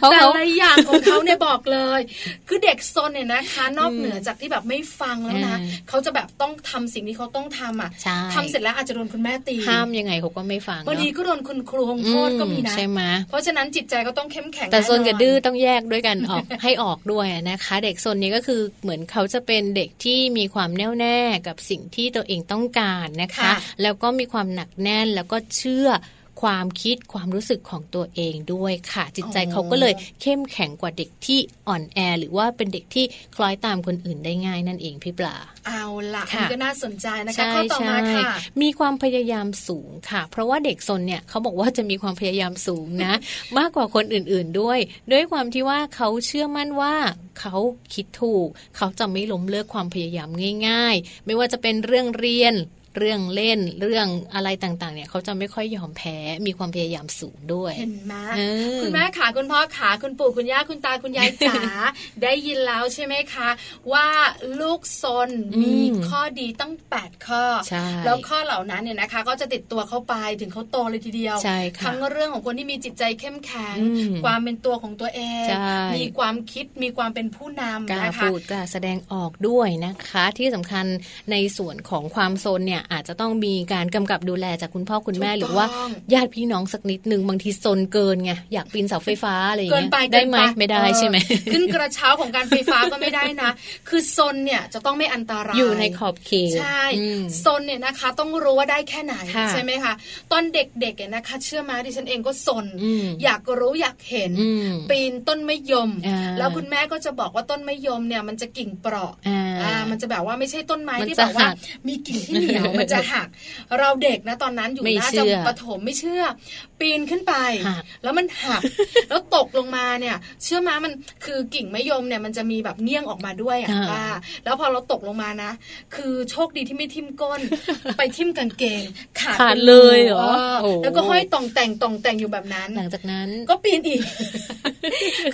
B: เพราะ
C: แต่
B: เขา
C: ละอย่างของเขาเนี่ยบอกเลย คือเด็กซนเนี่ยนะคะ นอกเหนือจากที่แบบไม่ฟังแล้วนะ
B: อืม
C: เขาจะแบบต้องทำสิ่งที่เขาต้องทำอ่ะ
B: ใช่
C: ทำเสร็จแล้วอาจจะโดนคุณแม่ตี
B: ห้ามยังไงเขาก็ไม่ฟัง
C: บางที
B: เนาะ
C: ก็โดนคุณครูลงโทษก็มีนะ
B: ใช่ไหม
C: เพราะฉะนั้นจิตใจก็ต้องเข้มแข็ง
B: แต่โซน
C: อ
B: กับดื้อต้องแยกด้วย กันออก ให้ออกด้วยนะคะ เด็กโซนนี้ก็คือเหมือนเขาจะเป็นเด็กที่มีความแน่วแน่กับสิ่งที่ตัวเองต้องการนะคะ แล้วก็มีความหนักแน่นแล้วก็เชื่อความคิดความรู้สึกของตัวเองด้วยค่ะ จิตใจเขาก็เลยเข้มแข็งกว่าเด็กที่อ่อนแอ หรือว่าเป็นเด็กที่คล้อยตามคนอื่นได้ง่ายนั่นเองพี่ปลา
C: เอาล่ะ
B: ค่ะ
C: มันก็น่าสนใจนะคะ
B: ใช่
C: ข้อต่อมา
B: ใช่
C: ค่ะ
B: มีความพยายามสูงค่ะ เพราะว่าเด็กซนเนี่ยเขาบอกว่าจะมีความพยายามสูง นะ มากกว่าคนอื่นๆด้วย ด้วยความที่ว่าเขาเชื่อมั่นว่าเขาคิดถูก เขาจะไม่ล้มเลิกความพยายามง่าย ๆ ไม่ว่าจะเป็นเรื่องเรียน เรื่องเล่น เรื่องอะไรต่างๆ เนี่ยเขาจะไม่ค่อยยอมแพ้ มีความพยายามสูงด้วย
C: เห็นไหม
B: เออ
C: คุณแม่ขาคุณพ่อขาคุณปู่คุณย่าคุณตาคุณยายจ๋า ได้ยินแล้วใช่ไหมคะ ว่าลูกซน
B: อืม
C: มีข้อดีตั้ง 8 ข้อ
B: ใช่
C: แล้วข้อเหล่านั้นเนี่ยนะคะ ก็จะติดตัวเข้าไปถึงเขาโตเลยทีเดียว
B: ใช่ค่ะ
C: ทั้งเรื่องของคนที่มีจิตใจเข้มแข็ง
B: อืม
C: ความเป็นตัวของตัวเอง
B: ใช่
C: มีความคิดมีความเป็นผู้
B: ก
C: นำ
B: ล้า
C: นะคะ
B: พูดกล้าแสดงออกด้วยนะคะ ที่สำคัญในส่วนของความโซนเนี่ยอาจจะต้องมีการกำกับดูแลจากคุณพ่อคุณแม่ห
C: ถูกต้อง
B: รือว่าญาติพี่น้องสักนิดหนึ่งบางทีโซนเกินไงอยากปีนเสาไฟฟ้าอะไรอย่าง
C: เกิน
B: เงี้ย
C: ไป
B: ได้ไหม
C: เกินป
B: ไม่ได้ใช่ไหม
C: เออขึ้นกระเช้าของการไฟฟ้าก็ไม่ได้นะ คือซนเนี่ยจะต้องไม่อันตราย
B: อยู่ในขอบเขต
C: ใช่
B: อืม
C: ซนเนี่ยนะคะ ต้องรู้ว่าได้แค่ไหน
B: ค่ะ
C: ใช่ไหมคะตอนเด็กๆเนี่ยนะคะ เชื่อไหมาดิฉันเองก็ซน
B: อืม
C: อยากรู้อยากเห็น
B: อืม
C: ปีนต้นไมะยม
B: อ่า
C: แล้วคุณแม่ก็จะบอกว่าต้นไมะยมเนี่ยมันจะกิ่งเปราะ
B: อ่า
C: อ่ามันจะแบบว่าไม่ใช่ต้นไม้
B: มัน
C: ที่
B: จะ
C: แบบว่า
B: หัก
C: มีกิ่งที่เหนียว มันจะหัก เราเด็กนะตอนนั้นอยู่
B: ไม่
C: น่า
B: เชื่
C: จะ
B: อ
C: ประถมไม่เชื่อ ปีนขึ้นไป
B: หัก
C: แล้วมันหัก แล้วตกลงมาเนี่ย เชื่อมามันคือกิ่งมะยมเนี่ยมันจะมีแบบเนียงออกมาด้วยอ่ะ
B: อ่า
C: ป้าแล้วพอเราตกลงมานะ คือโชคดีที่ไม่ทิ่มก้ น ไปทิ่มกางเกงขาด
B: ขาด
C: ป็น
B: เลยเหรอ
C: เอ
B: โอ้
C: อแล้วก็ห้อยต่องแต่งต่องแต่งอยู่แบบนั้น
B: หลังจากนั้น
C: ก็ปีนอีก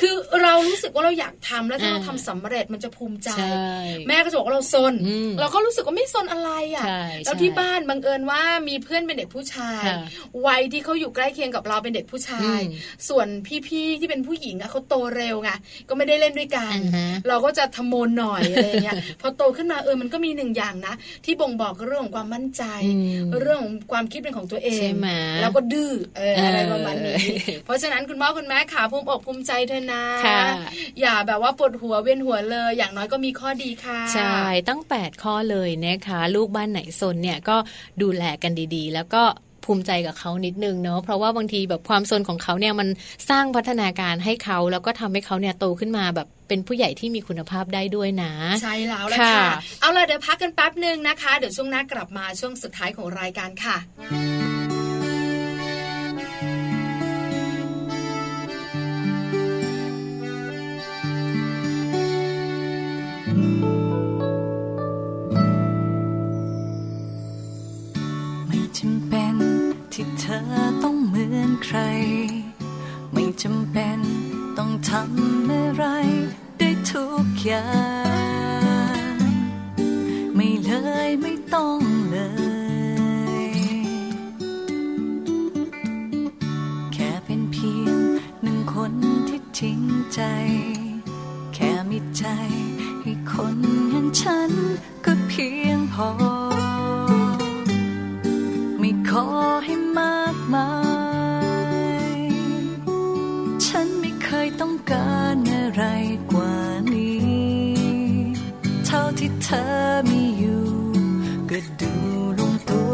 C: คือเรารู้สึกว่าเราอยากทำแล้วถ้า
B: อ่า
C: เราทำสำเร็จมันจะภูมิใจ
B: ใช่
C: แม่ก็จะบอกว่าเราซน
B: อืม
C: เราก็รู้สึกว่าไม่ซนอะไรอะ่ะ
B: ใช่
C: แล้ว
B: ใช่
C: ที่บ้านบังเอิญว่ามีเพื่อนเป็นเด็กผู้ชาย
B: ค่ะ
C: วัยที่เขาอยู่ใกล้เคียงกับเราเป็นเด็กผู้ชาย
B: อืม
C: ส่วนพี่ๆที่เป็นผู้หญิงอะเขาโตเร็วไงก็ไม่ได้เล่นด้วยกัน
B: อ่าฮะ
C: เราก็จะทำโมนหน่อยอะไรเงี้ย พอโตขึ้นมาเออมันก็มีหนึ่งอย่างนะ ที่บ่งบอกเรื่องของความมั่นใจ
B: อืม
C: เรื่องของความคิดเป็นของตัวเอง
B: ใช่ไหม
C: แล้วก็ดื้อเอออะไร
B: เออ
C: ประมาณนี้เพราะฉะนั้นคุณพ่อคุณแม่ขาภูมิอกภูมิใจเธอะนะ
B: ค่ะ
C: อย่าแบบว่าปวดหัวเวียนหัวเลย อย่างน้อยก็มีข้อดีค่ะ
B: ใช่ตั้ง 8 ข้อเลยนะคะ ลูกบ้านไหนซนเนี่ยก็ดูแลกันดีๆ แล้วก็ภูมิใจกับเขานิดนึงเนาะเพราะว่าบางทีแบบความซนของเขาเนี่ยมันสร้างพัฒนาการให้เขาแล้วก็ทำให้เขาเนี่ยโตขึ้นมาแบบเป็นผู้ใหญ่ที่มีคุณภาพได้ด้วยนะ
C: ใช่แล้วละ
B: ค่ะ
C: ค่ะ เอาล่ะเดี๋ยวพักกันแป๊บหนึ่งนะคะ เดี๋ยวช่วงหน้ากลับมาช่วงสุดท้ายของรายการค่ะ
F: ไม่จำเป็นที่เธอต้องเหมือนใคร ไม่จำเป็นต้องทำอะไรได้ทุกอย่าง ไม่เลยไม่ต้องเลย แค่เป็นเพียงหนึ่งคนที่จริงใจ แค่มีใจให้คนอย่างฉันก็เพียงพอ ไม่ขอให้มากมาย ฉันไม่เคยต้องการอะไรกว่านี้ เท่าที่เธอมีอยู่ ก็ดู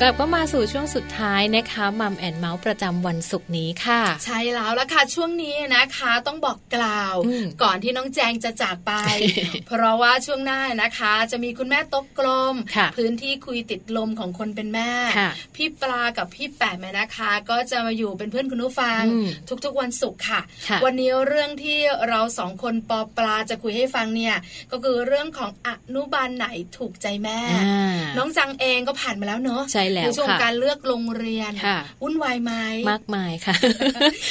B: กลับก็มาสู่ช่วงสุดท้ายนะคะมัมแอนเมาส์ประจำวันศุกร์นี้ค่ะ
C: ใช่แล้วละค่ะช่วงนี้นะคะ ต้องบอกกล่าว
B: อืม
C: ก่อนที่น้องแจงจะจาก ไป เพราะว่าช่วงหน้านะคะ จะมีคุณแม่โต๊ะกลม
B: ค่ะ
C: พื้นที่คุยติดลมของคนเป็นแม่
B: ค่ะ
C: พี่ปลากับพี่แปมนะคะ ก็จะมาอยู่เป็นเพื่อนคุณผู้ฟัง
B: อืม
C: ทุกๆวันศุกร์ค่ะ
B: ค่ะ
C: วันนี้เรื่องที่เราสองคนปอปลาจะคุยให้ฟังเนี่ยก็คือเรื่องของอนุบาลไหนถูกใจแม่
B: อ่า
C: น้องจังเองก็ผ่านมาแล้วเนอะ
B: ใช่แล้ว
C: นช่วง
B: ค่ะ
C: การเลือกโรงเรียน
B: ค่ะ
C: วุ่นวายไหม
B: มากมาย ค่ะ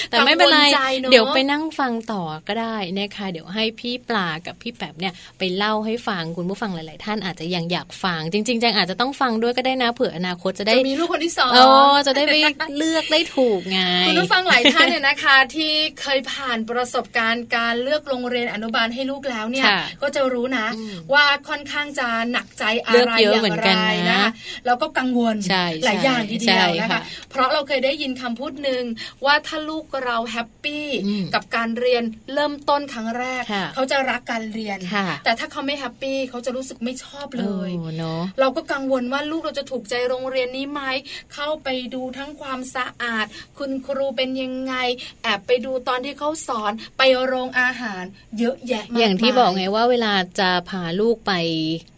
B: แต่ไม่เป็นไร
C: กังวลใจเนอะ
B: เดี๋ยวไปนั่งฟังต่อก็ได้นะคะ เดี๋ยวให้พี่ปลากับพี่แป๊บเนี่ยไปเล่าให้ฟังคุณผู้ฟังหลาย ๆ ท่านอาจจะยังอยากฟัง จริงๆแจงอาจจะต้องฟังด้วยก็ได้นะเผื่ออนาคตจะได้
C: จะมีลูกคนที่สอง
B: เออจะได้ไปเลือกได้ถูกไง
C: คุณผู้ฟังหลายท่านเนี่ยนะคะ ที่เคยผ่านประสบการณ์การเลือกโรงเรียนอนุบาลให้ลูกแล้วเนี่ย
B: ค่ะ
C: ก็จะรู้นะ
B: อืม
C: ว่าค่อนข้างจะหนักใจอะ
B: เลือก
C: ไร
B: เยอะ
C: อย่า
B: เหมื
C: ง
B: อน
C: ไร
B: กัน
C: นะ
B: นะ
C: แล้วก็กังวล
B: ใช่
C: หลายอย่าง
B: ใช่
C: ทีเดียว
B: ใช่
C: นะ
B: ค่ะ
C: คะ เพราะเราเคยได้ยินคำพูดหนึ่งว่าถ้าลูกเราแฮปปี้
B: อืม
C: กับการเรียนเริ่มต้นครั้งแรก
B: ค่ะ
C: เขาจะรักการเรียน
B: ค่ะ
C: แต่ถ้าเขาไม่แฮปปี้เขาจะรู้สึกไม่ชอบเลย
B: ออเนาะ
C: เราก็กังวลว่าลูกเราจะถูกใจโรงเรียนนี้ไหม เข้าไปดูทั้งความสะอาด คุณครูเป็นยังไง แอบไปดูตอนที่เขาสอน ไปโรงอาหาร เยอะแยะมากม
B: อย่างที่บอกไงว่าเวลาจะพาลูกไป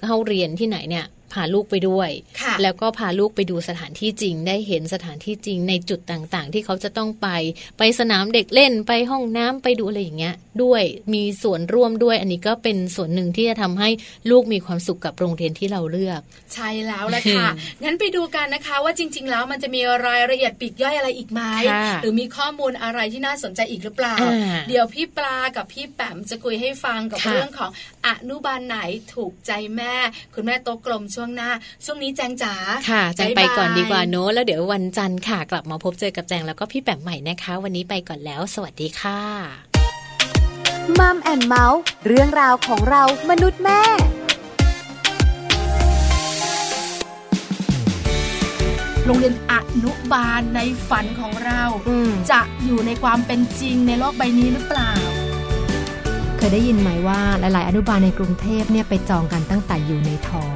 B: เข้าเรียนที่ไหนเนี่ยพาลูกไปด้วย
C: ค่ะ
B: แล้วก็พาลูกไปดูสถานที่จริง ได้เห็นสถานที่จริงในจุดต่างๆ ที่เขาจะต้องไป ไปสนามเด็กเล่นไปห้องน้ำไปดูอะไรอย่างเงี้ย ด้วยมีส่วนร่วมด้วย อันนี้ก็เป็นส่วนหนึ่งที่จะทำให้ลูกมีความสุขกับโรงเรียนที่เราเลือก
C: ใช่แล้วละค่ะ งั้นไปดูกันนะคะ ว่าจริง ๆ แล้วมันจะมีรายละเอียดปลีกย่อยอะไรอีกไหม
B: ค่ะ
C: หรือมีข้อมูลอะไรที่น่าสนใจอีกหรือเปล่า
B: อ่า
C: เดี๋ยวพี่ปลากับพี่แปมจะคุยให้ฟังกับ
B: ค่ะ
C: เรื่องของอนุบาลไหนถูกใจแม่ คุณแม่โต๊ะกลมช่วงหน้า ช่วงนี้แจงจ๋า
B: ค่ะแจงไป
C: บ๊ยบย
B: ก่อนดีกว่าเนอะแล้วเดี๋ยววันจันทร์ค่ะ กลับมาพบเจอกับแจงแล้วก็พี่แปมใหม่นะคะ วันนี้ไปก่อนแล้ว สวัสดีค่ะ
E: มัมแอนเมาส์เรื่องราวของเรามนุษย์แม่
C: โรงเรียนอนุบาลในฝันของเรา จะอยู่ในความเป็นจริงในโลกใบนี้หรือเปล่า
G: เคยได้ยินไหมว่าหลาย ๆ อนุบาลในกรุงเทพเนี่ยไปจองกันตั้งแต่อยู่ในท้อง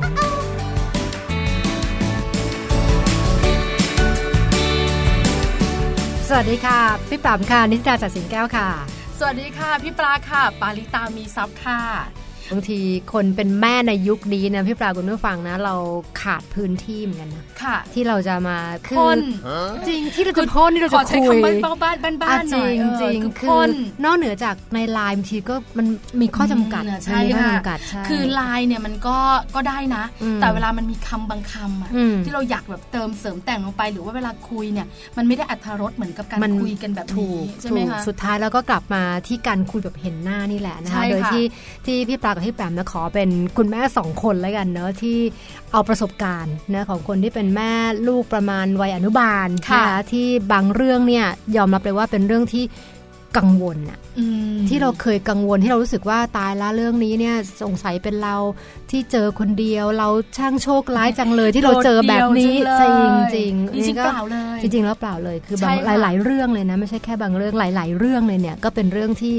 G: สวัสดีค่ะ พี่ปรามค่ะ นิติดาจัดสินแก้วค่ะ
C: สวัสดีค่ะ พี่ปลาค่ะ ปาลิตามีซับค่ะ
G: บางทีคนเป็นแม่ในยุคนี้นะพี่ปรามคุณผู้ฟังนะ เราขาดพื้นที่เหมือนกันนะ
C: ค่ะ
G: ที่เราจะมาอ
C: พ่น
G: จริงที่เราจะพ่นที่เรา
C: ขอ
G: จะ
C: ใช้
G: คุย
C: คำบ้านบ้านบ้านบ้า
G: อ่ะ
C: นๆ
G: จ
C: หน่
G: ริ
C: อย
G: งจริง
C: เออคือ
G: คื
C: พ่
G: อน นอกเหนือจากในไลน์บางทีก็มันมีข้อจำกัด
C: อืมใช่
G: มันมีข้อ
C: ค่ะ
G: จำกัดใช่
C: คือลายเนี่ยมันก็ก็ได้นะ
G: อืม
C: แต่เวลามันมีคำบางคำอะ
G: อืม
C: ที่เราอยากแบบเติมเสริมแต่งลงไป หรือว่าเวลาคุยเนี่ย มันไม่ได้อัธรสเหมือนกับการ
G: มัน
C: คุยกันแบบ
G: ถู
C: นี้
G: ก
C: ใช่ไหม
G: ถูก
C: คะ
G: สุดท้ายแล้วก็กลับมาที่การคุยแบบเห็นหน้านี่แหละนะ
C: ใช่ค่ะ
G: คะโดยที่ที่พี่ปลากับพี่แปมนะขอเป็นคุณแม่สองคนแล้วกันเนอะที่เอาประสบการณ์นะของคนที่เป็นแม่ลูกประมาณวัยอนุบาลนะคะที่บางเรื่องเนี่ยยอมรับเลยว่าเป็นเรื่องที่กังวลอะ
C: อืม
G: ที่เราเคยกังวลที่เรารู้สึกว่าตายละเรื่องนี้เนี่ยสงสัยเป็นเราที่เจอคนเดียว เราช่างโชคร้ายจังเลยที่เราเจอแบบนี้
C: โดด
G: จ
C: เดี่ยว
G: ริง
C: จั
G: จริง
C: เลยจริง
G: ก็
C: เปล่าเลย
G: จริงๆแล้วเปล่าเลย คือบาง
C: ใช่ค่ะ
G: หลาย ๆ เรื่องเลยนะ ไม่ใช่แค่บางเรื่องหลาย ๆ เรื่องเลยเนี่ยก็เป็นเรื่องที่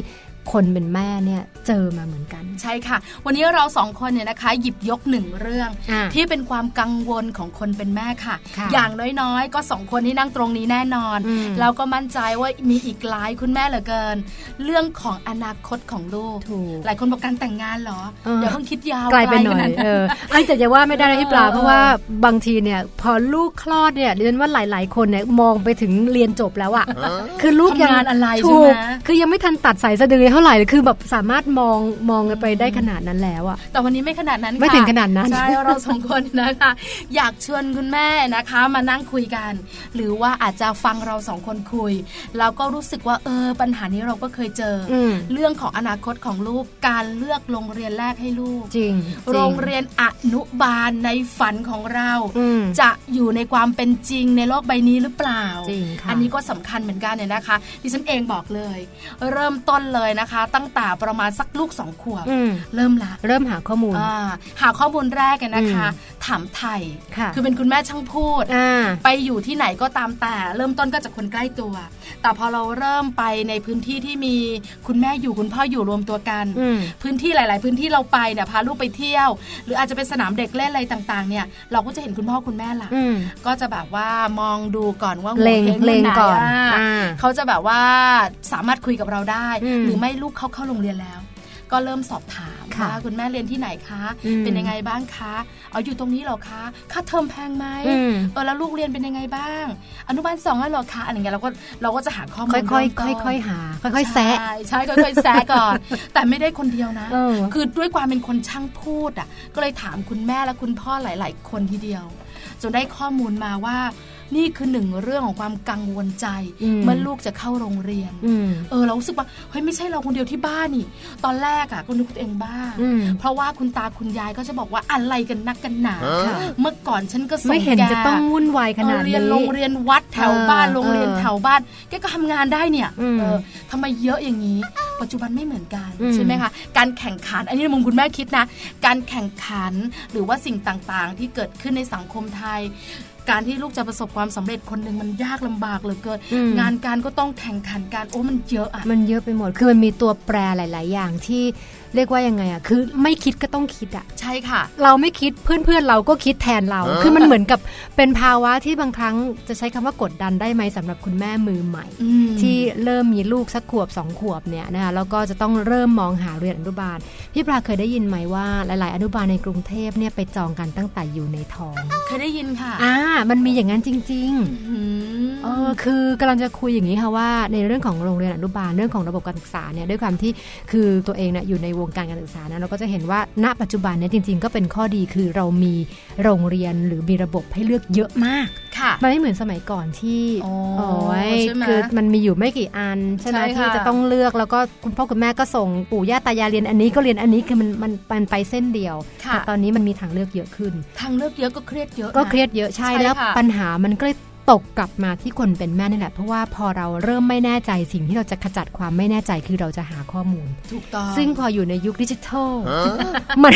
G: คนเป็นแม่เนี่ยเจอมาเหมือนกัน
C: ใช่ค่ะ วันนี้เราสองคนเนี่ยนะคะ หยิบยกหนึ่งเรื่อง
G: อ่า
C: ที่เป็นความกังวลของคนเป็นแม่ค่ะ
G: ค่ะ
C: อย่างน้อยๆ ก็สองคนที่นั่งตรงนี้แน่นอน
G: อืม
C: แล้วก็มั่นใจว่ามีอีกหลายคุณแม่เหลือเกิน เรื่องของอนาคตของลูก
G: ถูก
C: หลายคนบอกการแต่งงานเหรอ
G: เออ
C: เดี๋ยวเพิ่งคิดยาว
G: ไกลไปหน่อ
C: ขาย ด
G: เออไอ้แต่จะว่าไม่ได้นะพี่ปลา
C: เออ
G: เพราะว่าบางทีเนี่ย พอลูกคลอดเนี่ยดิฉันว่าหลาย ๆ คนเนี่ยมองไปถึงเรียนจบแล้วอะคือลูกยัง
C: ทำงานอะไรใช่
G: ถู
C: ไหม
G: กคือยังไม่ทันตัดสายสะดือเท่าไหร่เลยคือแบบสามารถมองมองกันไปได้ขนาดนั้นแล้วอะ
C: แต่วันนี้ไม่ขนาดนั้นค่ะ
G: ไม่ถึงขนาดนั้น
C: ใช่ เราสองคนนะคะ อยากชวนคุณแม่นะคะ มานั่งคุยกัน หรือว่าอาจจะฟังเราสองคนคุย แล้วก็รู้สึกว่าเออปัญหานี้เราก็เคยเจออ
G: อืม
C: เรื่องของอนาคตของลูกการเลือกโรงเรียนแรกให้ลูก
G: จริง
C: โรงเรียนอนุบาลในฝันของเรา
G: อืม
C: จะอยู่ในความเป็นจริงในโลกใบนี้หรือเปล่า
G: จริงค่ะ
C: อันนี้ก็สำคัญเหมือนกันเนี่ยนะคะ ดิฉันเองบอกเลย เริ่มต้นเลยนะ นะคะ ตั้งแต่ประมาณสักลูกสองขวบ
G: อืม
C: เริ่มละ
G: เริ่มหาข้อมูล
C: อ่าหาข้อมูลแรกกันนะคะ ถามไทย
G: ค่ะ
C: อเป็นคุณแม่ช่างพูด
G: อ่า
C: ไปอยู่ที่ไหนก็ตามแต่ เริ่มต้นก็จากคนใกล้ตัว แต่พอเราเริ่มไปในพื้นที่ที่มีคุณแม่อยู่คุณพ่ออยู่รวมตัวกัน
G: อืม
C: พื้นที่หลาย ๆ พื้นที่เราไปเนี่ยพาลูกไปเที่ยว หรืออาจจะเป็นสนามเด็กเล่นอะไรต่าง ๆ เนี่ยเราก็จะเห็นคุณพ่อคุณแม่หลัก
G: อืม
C: ก็จะแบบว่ามองดูก่อนว่า
G: เล็ง
C: หัวพ
G: เล็ง
C: รุ่ไห
G: ก่อน
C: อ่ะ
G: อ่า
C: เขาจะแบบว่าสามารถคุยกับเราได้
G: อืม
C: หรือไม่ลูกเขาเข้าโรงเรียนแล้ว ก็เริ่มสอบถาม
G: ค่ะ
C: ว่าคุณแม่เรียนที่ไหนคะ
G: อืม
C: เป็นยังไงบ้างคะเอาอยู่ตรงนี้เหรอคะค่าเทอมแพงไหม
G: อืม
C: เออแล้วลูกเรียนเป็นยังไงบ้าง อนุบาลสองแล้วเหรอคะอะไรอย่างเงี้ยเราก็เราก็จะหาข้อมูล
G: ค่อยค่อย
C: เริ่มต้
G: ค่อย
C: น
G: ค่อยๆหา ค่อยค่อยๆแซะ
C: ใช่ใช่ค่อยๆแซะก่อน แต่ไม่ได้คนเดียวนะ
G: เออ
C: คือด้วยความเป็นคนช่างพูดอ่ะ ก็เลยถามคุณแม่และคุณพ่อหลาย ๆ คนทีเดียว จนได้ข้อมูลมาว่า นี่คือหนึ่งเรื่องของความกังวลใจ
G: อืม
C: เมื่อลูกจะเข้าโรงเรียน
G: อืม
C: เออเรารู้สึกว่าเฮ้ยไม่ใช่เราคนเดียวที่บ้านนี่ ตอนแรกอ่ะก็นึกว่าตัวเองบ้า
G: อืม
C: เพราะว่าคุณตาคุณยายก็จะบอกว่าอะไรกันนักกันหนา
G: ค่ะ
C: เมื่อก่อนฉันก็ส่ง
G: ไม่เห็น
C: แก
G: จะต้องวุ่นวายขนาด
C: เออ
G: นี้
C: เรียนโรงเรียนวัดแถวบ้าน
G: เออ
C: โรงเรียน
G: เออ
C: แถวบ้านแกก็ทำงานได้เนี่ย
G: อืม
C: เออทำไมเยอะอย่างนี้ ปัจจุบันไม่เหมือนกัน
G: อืม
C: ใช่ไหมคะการแข่งขัน อันนี้ในมุมคุณแม่คิดนะ การแข่งขันหรือว่าสิ่งต่างๆ ที่เกิดขึ้นในสังคมไทย การที่ลูกจะประสบความสำเร็จคนหนึ่งมันยากลำบากเหลือเกิน
G: อืม
C: งานการก็ต้องแข่งขันกันโอ้มันเยอะอะ
G: มันเยอะไปหมด คือมันมีตัวแปรหลาย ๆ อย่างที่เรียกว่ายังไงอะคือไม่คิดก็ต้องคิดอะ
C: ใช่ค่ะ
G: เราไม่คิดเพื่อนๆเราก็คิดแทนเรา คือมันเหมือนกับเป็นภาวะที่บางครั้งจะใช้คำว่ากดดันได้ไหมสำหรับคุณแม่มือใหม่
C: อืม
G: ที่เริ่มมีลูกสักขวบสองขวบเนี่ยนะคะแล้วก็จะต้องเริ่มมองหาเรียนอนุบาล พี่ปลาเคยได้ยินไหมว่าหลาย ๆ อนุบาลในกรุงเทพเนี่ยไปจองกันตั้งแต่อยู่ในท้อง
C: เคยได้ยินค่ะ
G: อ่ามันมีอย่างนั้นจริง ๆ
C: อืม
G: เออคือกำลังจะคุยอย่างนี้ค่ะว่าในเรื่องของโรงเรียนอนุบาลเรื่องของระบบการศึกษาเนี่ยด้วยความที่คือตัวเองเนี่ยอยู่ในวงการการศึกษานะเราก็จะเห็นว่าณปัจจุบันเนี่ยจริง ๆ ก็เป็นข้อดีคือเรามีโรงเรียนหรือมีระบบให้เลือกเยอะมาก
C: ค่ะ
G: มันไม่เหมือนสมัยก่อนที่
C: โอ้
G: ย
C: ใช่ไหม
G: คือมันมีอยู่ไม่กี่อันใช่ไหม
C: ใช่ค่ะ
G: ที่จะต้องเลือกแล้วก็คุณพ่อคุณแม่ก็ส่งปู่ย่าตายายเรียนอันนี้ก็เรียนอันนี้คือมันมันมันไปเส้นเดียว
C: ค่ะ
G: แต่ตอนนี้มันมีทางเลือกเยอะขึ้น
C: ทางเลือกเยอะก็เครียดเยอะนะ
G: ก็เครียดเยอะใช่
C: ใช่
G: แล้ว
C: ค่ะ
G: ปัญหามันก็เลยตกกลับมาที่คนเป็นแม่นี่แหละ เพราะว่าพอเราเริ่มไม่แน่ใจสิ่งที่เราจะขจัดความไม่แน่ใจคือเราจะหาข้อมูล
C: ถูกต้อง
G: ซึ่งพออยู่ในยุคดิจิทัล มัน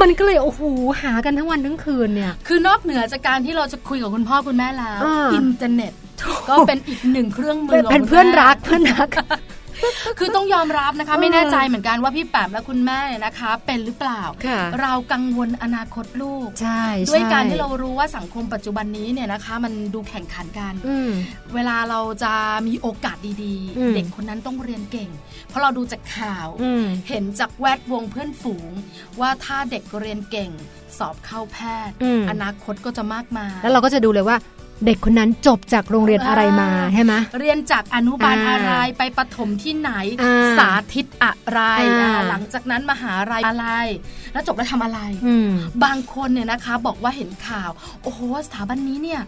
G: มันก็เลยโอ้โหหากันทั้งวันทั้งคืนเนี่ย
C: คือนอกเหนือจากการที่เราจะคุยกับคุณพ่อคุณแม่แล้ว
G: อ่า
C: อินเทอร์เน็ต ก็เป็นอีกหนึ่งเครื่องมือของ
G: เป็น
C: คุณ
G: เพื่อน
C: แม่
G: รักเพื่อนรัก
C: คือต้องยอมรับนะคะ ไม่แน่ใจเหมือนกันว่าพี่แปมและคุณแม่เนี่ยนะคะ เป็นหรือเปล่า
G: ค่ะ
C: เรากังวลอนาคตลูก
G: ใช่ใช่
C: ด้วยการที่เรารู้ว่าสังคมปัจจุบันนี้เนี่ยนะคะ มันดูแข่งขันกัน
G: อืม
C: เวลาเราจะมีโอกาสดี
G: อืม
C: ๆ เด็กคนนั้นต้องเรียนเก่ง เพราะเราดูจากข่าว
G: อืม
C: เห็นจากแวดวงเพื่อนฝูง ว่าถ้าเด็กเรียนเก่ง สอบเข้าแพทย์
G: อืม
C: อนาคตก็จะมากมาย
G: แล้วเราก็จะดูเลยว่า เด็กคนนั้นจบจากโรงเรียนอะไรมาใช่ไหม
C: เรียนจากอนุบาล
G: อ่า
C: อะไรไปประถมที่ไหน
G: อ่า
C: สาธิตอะไร
G: อ่า
C: อ่าหลังจากนั้นมหาลัยอะไร แล้วจบแล้วทำอะไร
G: อืม
C: บางคนเนี่ยนะคะบอกว่าเห็นข่าว โอ้โหสถาบันนี้เนี่ย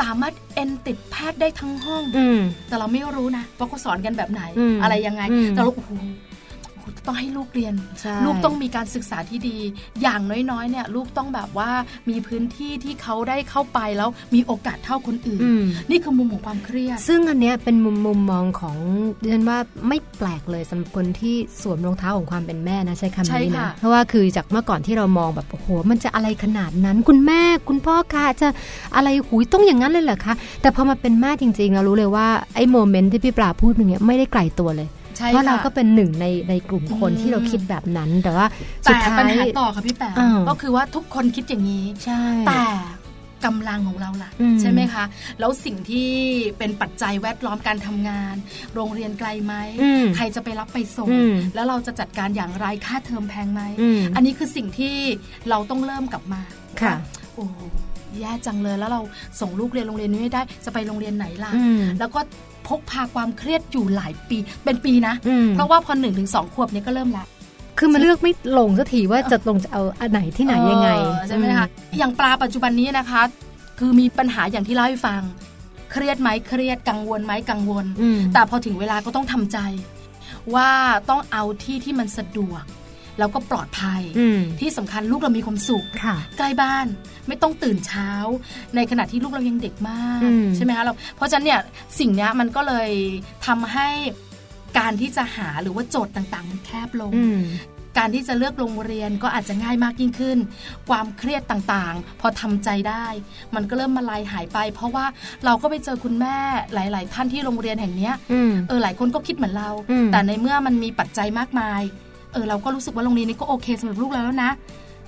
C: สามารถเอ็นติดแพทย์ได้ทั้งห้อง
G: อืม
C: แต่เราไม่รู้นะว่าเขาสอนกันแบบไหน
G: อืม
C: อะไรยังไง
G: อืม
C: แต่เราโอ้โหโอ้โหต้องให้ลูกเรียน
G: ใช่
C: ลูกต้องมีการศึกษาที่ดี อย่างน้อยๆ เนี่ยลูกต้องแบบว่ามีพื้นที่ที่เขาได้เข้าไปแล้วมีโอกาสเท่าคนอื่น
G: อืม
C: นี่คือมุมของความเครียด
G: ซึ่งอันเนี้ยเป็นมุมมุมมองของดิฉันว่าไม่แปลกเลยสำหรับคนที่สวมรองเท้าของความเป็นแม่นะใช้คำ
C: ใช่
G: นี้
C: ค่ะ
G: นะเพราะว่าคือจากเมื่อก่อนที่เรามองแบบโอ้โหมันจะอะไรขนาดนั้น คุณแม่คุณพ่อคะจะอะไรหูยต้องอย่างนั้นเลยเหรอคะแต่พอมาเป็นแม่จริงๆเรารู้เลยว่าไอ้โมเมนต์ที่พี่ปลาพูดอย่างเงี้ยไม่ได้ไกลตัวเลย
C: ใช่
G: เพราะเรา
C: ค่ะ
G: ก็เป็นหนึ่งในในกลุ่มคน
C: อืม
G: ที่เราคิดแบบนั้นแต่ว่าสุ
C: แต่
G: ดท้า
C: ปัญ
G: ย
C: หาต่อค่ะพี่แปม
G: อ้าว
C: ก็คือว่าทุกคนคิดอย่างนี้
G: ใช่
C: แต่กำลังของเราล่ะ
G: อืม
C: ใช่ไหมคะ แล้วสิ่งที่เป็นปัจจัยแวดล้อมการทำงาน โรงเรียนไกลไหม
G: อืม
C: ใครจะไปรับไปส่ง
G: อืม
C: แล้วเราจะจัดการอย่างไรค่าเทอมแพงไหม
G: อืม
C: อันนี้คือสิ่งที่เราต้องเริ่มกลับมา
G: ค่ะ
C: โอ้แย่จังเลยแล้วเราส่งลูกเรียนโรงเรียนนี้ไม่ได้จะไปโรงเรียนไหนล่ะ
G: อืม
C: แล้วก็พกพาความเครียดอยู่หลายปีเป็นปีนะ
G: อืม
C: เพราะว่าพอหนึ่งถึงสองขวบเนี่ยก็เริ่มละ
G: คือมันเลือกไม่ลงสักทีว่าจะลงจะเอาอันไหนที่ไหนยังไง
C: เออใช่ไหมคะอย่างปลาปัจจุบันนี้นะคะ คือมีปัญหาอย่างที่เล่าให้ฟัง เครียดไหมเครียดกังวลไหมกังวล
G: อืม
C: แต่พอถึงเวลาก็ต้องทำใจ ว่าต้องเอาที่ที่มันสะดวก แล้วก็ปลอดภัย
G: อืม
C: ที่สำคัญลูกเรามีความสุข
G: ค่ะ
C: ใกล้บ้านไม่ต้องตื่นเช้า ในขณะที่ลูกเรายังเด็กมาก
G: อืม
C: ใช่ไหมคะเราเพราะฉะนั้นเนี่ยสิ่งเนี้ยมันก็เลยทำให้ การที่จะหาหรือว่าโจทย์ต่างๆมันแคบลง
G: อืม
C: การที่จะเลือกโรงเรียนก็อาจจะง่ายมากยิ่งขึ้น ความเครียดต่างๆ พอทำใจได้ มันก็เริ่มมาลายหายไป เพราะว่าเราก็ไปเจอคุณแม่หลาย ๆ ท่านที่โรงเรียนแห่งเนี้ย
G: อืม
C: เออหลายคนก็คิดเหมือนเรา
G: อืม
C: แต่ในเมื่อมันมีปัจจัยมากมายเออเราก็รู้สึกว่าโรงเรียนนี้ก็โอเคสำหรับลูกเราแล้วนะ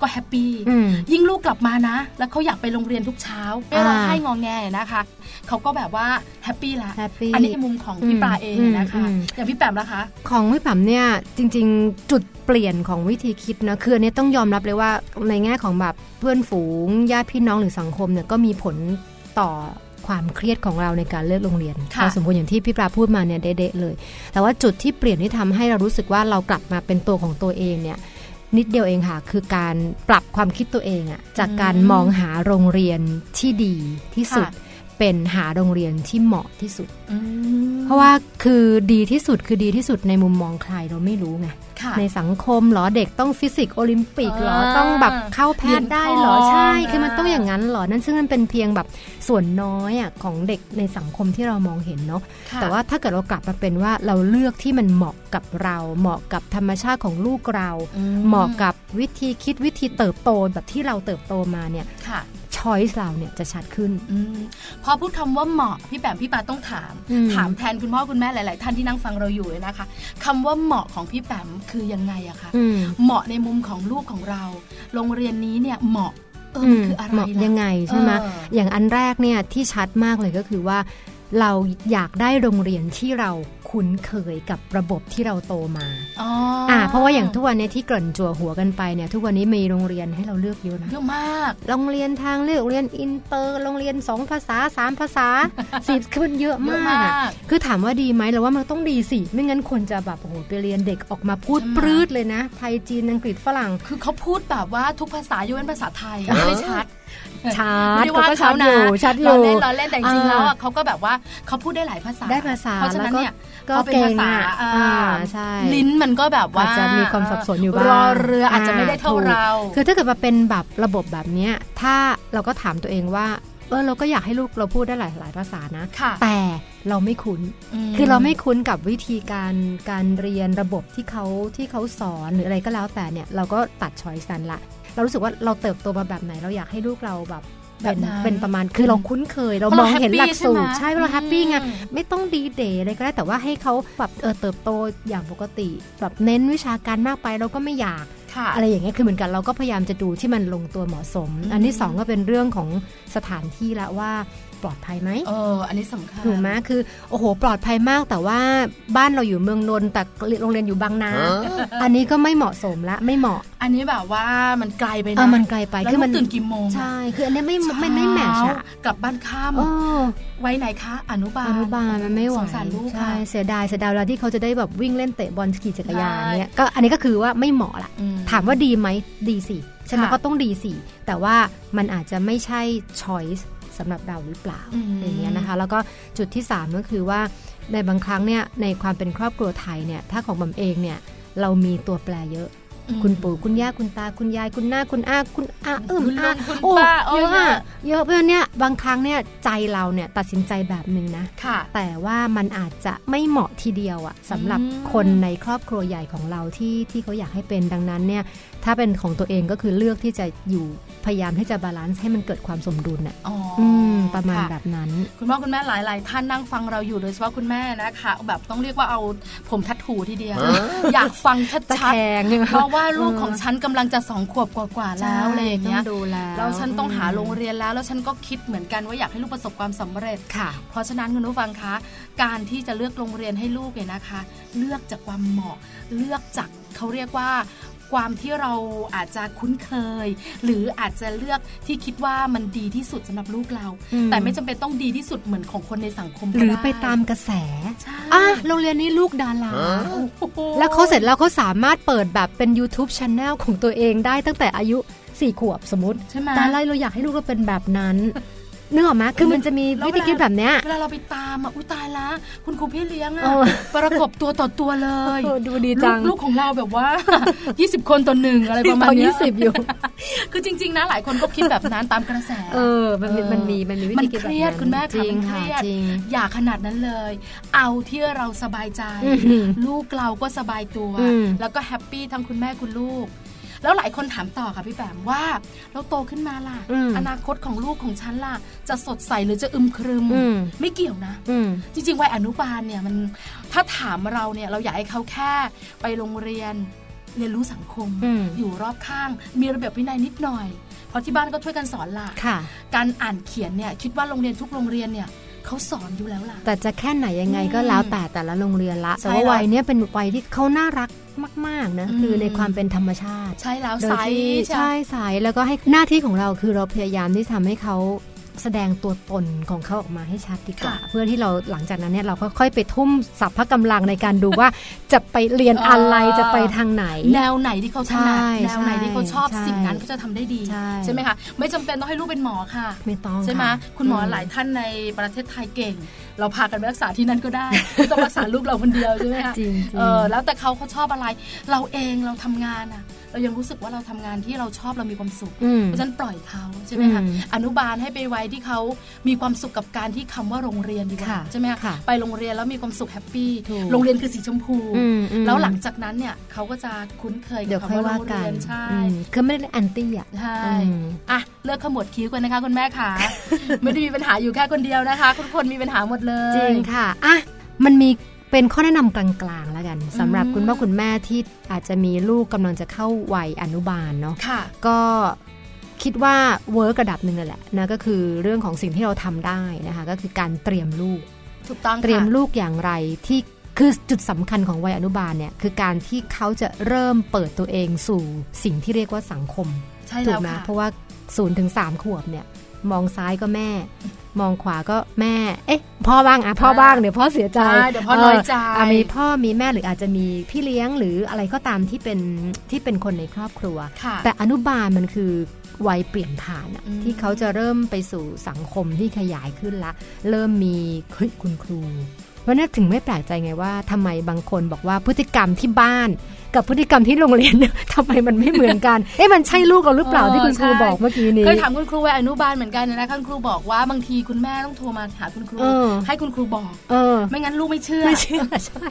C: ก็แฮปปี้
G: อืม
C: ยิ่งลูกกลับมานะ แล้วเขาอยากไปโรงเรียนทุกเช้าไม่ร้อง
G: อ่า
C: ไห้งองแงนะคะ เขาก็แบบว่าแฮปปี้ละ
G: แฮปปี้
C: อันนี้ในมุมของพี่ปลาเอง
G: อืม
C: นะคะ
G: อืม
C: อย่างพี่แปมนะคะ
G: ของพี่ป๋มเนี่ยจริงๆจุดเปลี่ยนของวิธีคิดนะคืออันนี้ต้องยอมรับเลยว่าในแง่ของแบบเพื่อนฝูงญาติพี่น้องหรือสังคมเนี่ยก็มีผลต่อความเครียดของเราในการเลือกโรงเรียน
C: ค่ะ
G: พอสมควรอย่างที่พี่ปลาพูดมาเนี่ยเดะๆเลย แต่ว่าจุดที่เปลี่ยนที่ทำให้เรารู้สึกว่าเรากลับมาเป็นตัวของตัวเองเนี่ยนิดเดียวเองค่ะ คือการปรับความคิดตัวเองอะจากการมองหาโรงเรียนที่ดีที่สุด เป็นหาโรงเรียนที่เหมาะที่สุด
C: อืม
G: เพราะว่าคือดีที่สุดคือดีที่สุดในมุมมองใครเราไม่รู้ไง
C: ค่ะ
G: ในสังคมเหรอเด็กต้องฟิสิกส์โอลิมปิกเหรอ
C: อ่า
G: ต้องแบบเข้าแพทย์ได้เหรอ
C: เหรียญทอง
G: ใช่
C: อ่า
G: คือมันต้องอย่างนั้นเหรอนั่นซึ่งมันเป็นเพียงแบบส่วนน้อยอะของเด็กในสังคมที่เรามองเห็นเนาะ
C: ค่ะ
G: แต่ว่าถ้าเกิดเรากลับมาเป็นว่าเราเลือกที่มันเหมาะกับเรา เหมาะกับธรรมชาติของลูกเรา
C: อื
G: เหมาะกับวิธีคิดวิธีเติบโตแบบที่เราเติบโตมาเนี่ย
C: ค่ะ
G: ช้อยส์เราเนี่ยจะชัดขึ้น
C: อืมพอพูดคำว่าเหมาะพี่แปมพี่ปลาต้องถาม
G: อืม
C: ถามแทนคุณพ่อคุณแม่หลาย ๆ ท่านที่นั่งฟังเราอยู่เลยนะคะคำว่าเหมาะของพี่แปมคือยังไงอะคะ
G: อืม
C: เหมาะในมุมของลูกของเรา โรงเรียนนี้เนี่ยเหมาะเออมันคืออะไร
G: เหมาะ
C: ล่ะ
G: ยังไงใช่ไหม
C: เอออ
G: อย่างอันแรกเนี่ยที่ชัดมากเลยก็คือว่า เราอยากได้โรงเรียนที่เราคุ้นเคยกับระบบที่เราโตมา
C: อ๋ออ่
G: าเพราะว่าอย่างทุกวันเนี้ที่เกริ่นจั่วหัวกันไปเนี่ยทุกวันนี้มีโรงเรียนให้เราเลือกเยอะนะ
C: เยอะมาก
G: โรงเรียนทางเลือกโรงเรียนอินเตอร์โรงเรียนสองภาษาสามภาษา สิบคือมันเยอะ
C: เย
G: มาม
C: อะาก
G: อะ
C: ก
G: คือถามว่าดีไหมเราว่ามันต้องดีสิ ไม่งั้นคนจะแบบโอ้โหไปเรียนเด็กออกมาพูด
C: ใช่ไหม
G: ปรื้ดเลยนะ ไทยจีนอังกฤษฝรั่ ง
C: คือเขาพูดแบบว่าทุกภาษายกเว้นภาษาไทยไม่ชัด
G: ชั
C: ไม่
G: ด
C: ได้ว่า
G: ก็ชั
C: เขา
G: ดอ
C: นะ
G: ยู่ชัดอ
C: เรา
G: ยู่
C: เล่นเราเล่นแต่จริงๆ
G: อ่า
C: แล้วอะเขาก็แบบว่าเขาพูดได้หลายภาษา
G: ได้ภาษา
C: เพราะฉะนั้น
G: แล้วก็
C: เนี่ย
G: ก็
C: เขาเป็นภาษา
G: เก่งอะ
C: อ่า
G: อ่าใช่
C: ลิ้นมันก็แบบว่า
G: อาจจะมีความสับสนอยู่บ้าง
C: รอเรืออาจจะไม่ได้เท่า
G: ถูก
C: เรา
G: คือถ้าเกิดมาเป็นแบบระบบแบบเนี้ยถ้าเราก็ถามตัวเองว่า เออเราก็อยากให้ลูกเราพูดได้หลายหลายภาษานะ
C: ค่ะ
G: แต่เราไม่คุ้น
C: ม
G: คือเราไม่คุ้นกับวิธีการการเรียนระบบที่เขาที่เขาสอนหรืออะไรก็แล้วแต่เนี่ยเราก็ตัดช้อยสันละ เรารู้สึกว่าเราเติบโตมาแบบไหนเราอยากให้ลูกเราแบบ
C: แบบ
G: เป็น
C: นั้น
G: เป็นประมาณคือเราคุ้นเคย เรา
C: เพราะ
G: ม
C: เรา
G: องเห็นหลักสูตร
C: แฮปปี้ใช่ไหม
G: ใช่เพราะเราแฮปปี้ไง
C: อืม
G: ไม่ต้องดีเดย์อะไรก็ได้แต่ว่าให้เขาแบบเออเติบโตอย่างปกติ แบบเน้นวิชาการมากไปเราก็ไม่อยาก
C: ค่ะ
G: อะไรอย่างเงี้ยคือเหมือนกันเราก็พยายามจะดูที่มันลงตัวเหมาะสม
C: อืม
G: อันที่สองก็เป็นเรื่องของสถานที่ละว่าปลอดภัยไหม
C: เอออันนี้สำคัญ
G: ถูกไหมคือโอ้โห ปลอดภัยมากแต่ว่าบ้านเราอยู่เมืองนนท์แต่โรงเรียนอยู่บางนา อันนี้ก็ไม่เหมาะสมละไม่เหมาะ
C: อันนี้แบบว่ามันไกลไป
G: เอ
C: นะ
G: อมันไกลไป
C: แล้ว
G: คือ
C: มั
G: มัน น
C: ตื่นกี่โมง
G: ใช่คืออันเนี้ยไม่ไม่ไม่แมทชอะ
C: กลับบ้านค่
G: โอ้
C: ำไว้ไหนคะอนุบาล
G: อนุบาลมันไม่ไหว
C: สงสารลูก
G: ใช่
C: ค่ะ
G: เสียดายเสียดายเวลาที่เขาจะได้แบบวิ่งเล่นเตะบอลขี่จักรยาน
C: ใช่
G: เนี่ยก็อันนี้ก็คือว่าไม่เหมาะละ
C: อื
G: ถามว่าดีไหมดีสิฉันว่า
C: ค่ะ
G: ก็ต้องดีสิแต่ว่ามันอาจจะไม่ใช่ choice สำหรับเราหรือเปล่า
C: ม
G: อย่างเงี้ยนะคะแล้วก็จุดที่ 3 ก็คือว่าในบางครั้งเนี่ยในความเป็นครอบครัวไทยเนี่ยถ้าของบำเองเนี่ยเรามีตัวแปรเยอะ คุณปู่คุณย่าคุณตาคุณยายคุณหน้าคุณอาคุณอาเอิ่ม
C: คุณลุง
G: อา
C: คุณ
G: โอ้
C: ป้าโอ้
G: เยอะ
C: เย
G: อะ
C: อะ
G: เยอะเพราะฉะนั้นเนี่ยบางครั้งเนี่ยใจเราเนี่ยตัดสินใจแบบหนึ่งนะ
C: ค่ะ
G: แต่ว่ามันอาจจะไม่เหมาะทีเดียวอะสำหรับ
C: อืม
G: คนในครอบครัวใหญ่ของเราที่ที่เขาอยากให้เป็นดังนั้นเนี่ยถ้าเป็นของตัวเองก็คือเลือกที่จะอยู่พยายามที่จะบาลานซ์ให้มันเกิดความสมดุลน่ะ
C: อ๋ออ
G: อืมประมาณ
C: ค่
G: แบบนั้น
C: คุณพ่อคุณแม่หลาย ๆ ท่านนั่งฟังเราอยู่โดยเฉพาะคุณแม่นะคะ แบบต้องเรียกว่าเอาผมทัดถูทีเดียว อยากฟังชัด
G: ตะแคงใช่ไหม
C: ๆเพราะว่าลูกของฉันกำลังจะสองขวบกว่าๆแล้วอะไรอย่างเงี้ย
G: ต้ดูแล้ว
C: แล้วฉันต้องหาโรงเรียนแล้ว แล้วฉันก็คิดเหมือนกันว่าอยากให้ลูกประสบความสำเร็จ
G: ค่ะ
C: เพราะฉะนั้นคุณผู้ฟังคะ การที่จะเลือกโรงเรียนให้ลูกเนี่ยนะคะ เลือกจากความเหมาะ เลือกจากเขาเรียกว่า ความที่เราอาจจะคุ้นเคย หรืออาจจะเลือกที่คิดว่ามันดีที่สุดสำหรับลูกเรา
G: อืม
C: แต่ไม่จำเป็นต้องดีที่สุดเหมือนของคนในสังคมก็
G: หรือ
C: ด้
G: ไปตามกระแส
C: ใช่
G: อ่ะโรงเรียนนี้ลูกดารา
C: โอ้โห
G: แล้วเขาเสร็จแล้วเขาสามารถเปิดแบบเป็น YouTube Channel ของตัวเองได้ตั้งแต่อายุ 4 ขวบสมมติ
C: ใช่ไหม
G: ตาไล่เราอยากให้ลูกเราเป็นแบบนั้น นึกออกไหมคือมันจะมีวิธีคิดแบบเนี้ย
C: เวลาเราไปตามอ่ะอุ้ยตายละ คุณครูพี่เลี้ยงอ่ะ
G: เออ
C: ประกบตัวต่อตัวเลย
G: เออดูดีจัง
C: ลูกลูกของเราแบบว่า 20 คนต่อหนึ่งอะไรประมาณ
G: ตอน
C: เนี้
G: ยี่สิบ อยู่
C: คือจริง ๆ นะหลายคนก็คิดแบบนั้นตามกระแส
G: เออ มันมี
C: เออ
G: มันมีมันมีวิ
C: มัน
G: ธีคิด
C: เค
G: แบบ
C: รียด
G: นั้น
C: คุณแม่
G: จ
C: ค่ะ
G: ริ
C: มั
G: ง
C: นเค
G: ค่ะ
C: รียด
G: จริง
C: อย่าขนาดนั้นเลย เอาที่เราสบายใจ
G: อือหือ
C: ลูกเราก็สบายตัว
G: อืม
C: แล้วก็แฮปปี้ทั้งคุณแม่คุณลูก แล้วหลายคนถามต่อค่ะพี่แปมว่าแล้วโตขึ้นมาล่ะ
G: อืม
C: อนาคตของลูกของฉันล่ะ จะสดใสหรือจะอึมครึม
G: อืม
C: ไม่เกี่ยวนะ
G: อืม
C: จริงๆวัยอนุบาลเนี่ยมันถ้าถามเราเนี่ยเราอยากให้เขาแค่ไปโรงเรียนเรียนรู้สังคม
G: อืม
C: อยู่รอบข้าง มีระเบียบวินัยนิดหน่อย เพราะที่บ้านก็ช่วยกันสอนล่ะ
G: ค่ะ
C: การอ่านเขียนเนี่ยคิดว่าโรงเรียนทุกโรงเรียนเนี่ยเขาสอนอยู่แล้วล่ะ
G: แต่จะแค่ไหนยังไง
C: อืม
G: ก็แล้วแต่แต่ละโรงเรียนละ
C: ใช่
G: แต่ว่า
C: แล้ว
G: วัยเนี้ยเป็นวัยที่เขาน่ารักมาก ๆ นะ
C: อืม
G: คือในความเป็นธรรมชาติ
C: ใช่แล้ว
G: โด
C: ใส
G: ยที่
C: ใช่
G: ใช่ใสแล้วก็ให้หน้าที่ของเราคือเราพยายามที่ทำให้เขาแสดงตัวตนของเขาออกมาให้ชัดดีกว่า เพื่อที่เราหลังจากนั้นเนี่ยเราค่อยๆไปทุ่มสัพพะกำลังในการดูว่า จะไปเรียนอะไรจะไปทางไหน
C: แนวไหนที่เขาถนัด
G: ใช่
C: แนวไหนที่เขาชอบ
G: ใช่
C: สิ่งนั้นเขาจะทำได้ดี
G: ใช่
C: ไหมคะไม่จำเป็นต้องให้ลูกเป็นหมอค่ะ
G: ไม่ต้อง
C: ใช่ไหม
G: ะ
C: คุณหมอ
G: ม
C: หลายท่านในประเทศไทยเก่ง เราพากันไปรักษาที่นั่น ก็ได้ ไม่ต้องรักษาลูกเราคนเดียวใช่ไหมคะ
G: จริงๆ
C: เออแล้วแต่เขาเขาชอบอะไร เราเองเราทำงานอะเรายังรู้สึกว่าเราทำงานที่เราชอบเรามีความสุข
G: อืม
C: เพราะฉะนั้นปล่อยเขาใช่ไหมคะ
G: อืม
C: อนุบาลให้ไปไว้ที่เขามีความสุขกับการที่คำว่าโรงเรียนดีกว่า
G: ค่ะ
C: ใช่ไหมคะ
G: ค่ะ
C: ไปโรงเรียนแล้วมีความสุขแฮปปี้
G: ถูก
C: โรงเรียนคือสีชมพู
G: อืมอืม
C: แล้วหลังจากนั้นเนี่ยเขาก็จะคุ้นเคย
G: เดี๋ยว
C: กับ
G: ค่อย
C: คำว่า
G: ว่า
C: โรง
G: กั
C: เรีย
G: น
C: นใช่
G: อืมคือไม่ได้แอนตี้อ่ะ
C: ใช่
G: อืม
C: อ่ะเลิกขมวดคิ้วกันนะคะคุณแม่ ค่ะ ไม่ได้มีปัญหาอยู่แค่คนเดียวนะคะทุกคนมีปัญหาหมดเลย
G: จริงค่ะ อ่ะ มันมีเป็นข้อแนะนำกลางๆ แล้วกันสำหรับ
C: อืม
G: คุณพ่อคุณแม่ที่อาจจะมีลูกกำลังจะเข้าวัยอนุบาลเนาะ
C: ค่ะ
G: ก็คิดว่าเวิร์กระดับหนึ่งนั่นแหละนะก็คือเรื่องของสิ่งที่เราทำได้นะคะก็คือการเตรียมลูก
C: ถูกต้องค่ะ
G: เตรียมลูกอย่างไรที่คือจุดสำคัญของวัยอนุบาลเนี่ยคือการที่เขาจะเริ่มเปิดตัวเองสู่สิ่งที่เรียกว่าสังคม
C: ใช่
G: ถู
C: แล้
G: ก
C: ว
G: นะ
C: ค่ะ
G: เพราะว่า0ูนถึงสขวบเนี่ย มองซ้ายก็แม่ มองขวาก็แม่ เอ๊ะพ่อบ้างอ่ะพ่อบ้างเดี๋ยวพ่อเสียใจ
C: ใช่เดี๋ยวพ่อน้อยใจ
G: ะมีพ่อมีแม่หรืออาจจะมีพี่เลี้ยงหรืออะไรก็ตามที่เป็นที่เป็นคนในครอบครัว
C: ค่ะ
G: แต่อนุบาลมันคือวัยเปลี่ยนผ่านอะ
C: อืม
G: ที่เขาจะเริ่มไปสู่สังคมที่ขยายขึ้นละ เริ่มมีเฮ้ยคุณครู เพราะฉะนั้นถึงไม่แปลกใจไงว่าทำไมบางคนบอกว่าพฤติกรรมที่บ้าน กับพฤติกรรมที่โรงเรียน ทำไมมันไม่เหมือนกัน เอ๊ะมันใช่ลูกเราหรือเปล่าที่คุณครูบอกเมื่อกี้นี้
C: เคยถามคุณครูวัยอนุบาลเหมือนกันนะคะคุณครูบอกว่าบางทีคุณแม่ต้องโทรมาหาคุณครู
G: เออ
C: ให้คุณครูบอก
G: เออ
C: ไม่งั้นลูกไม่เชื่อ
G: ไม่เชื่อใช่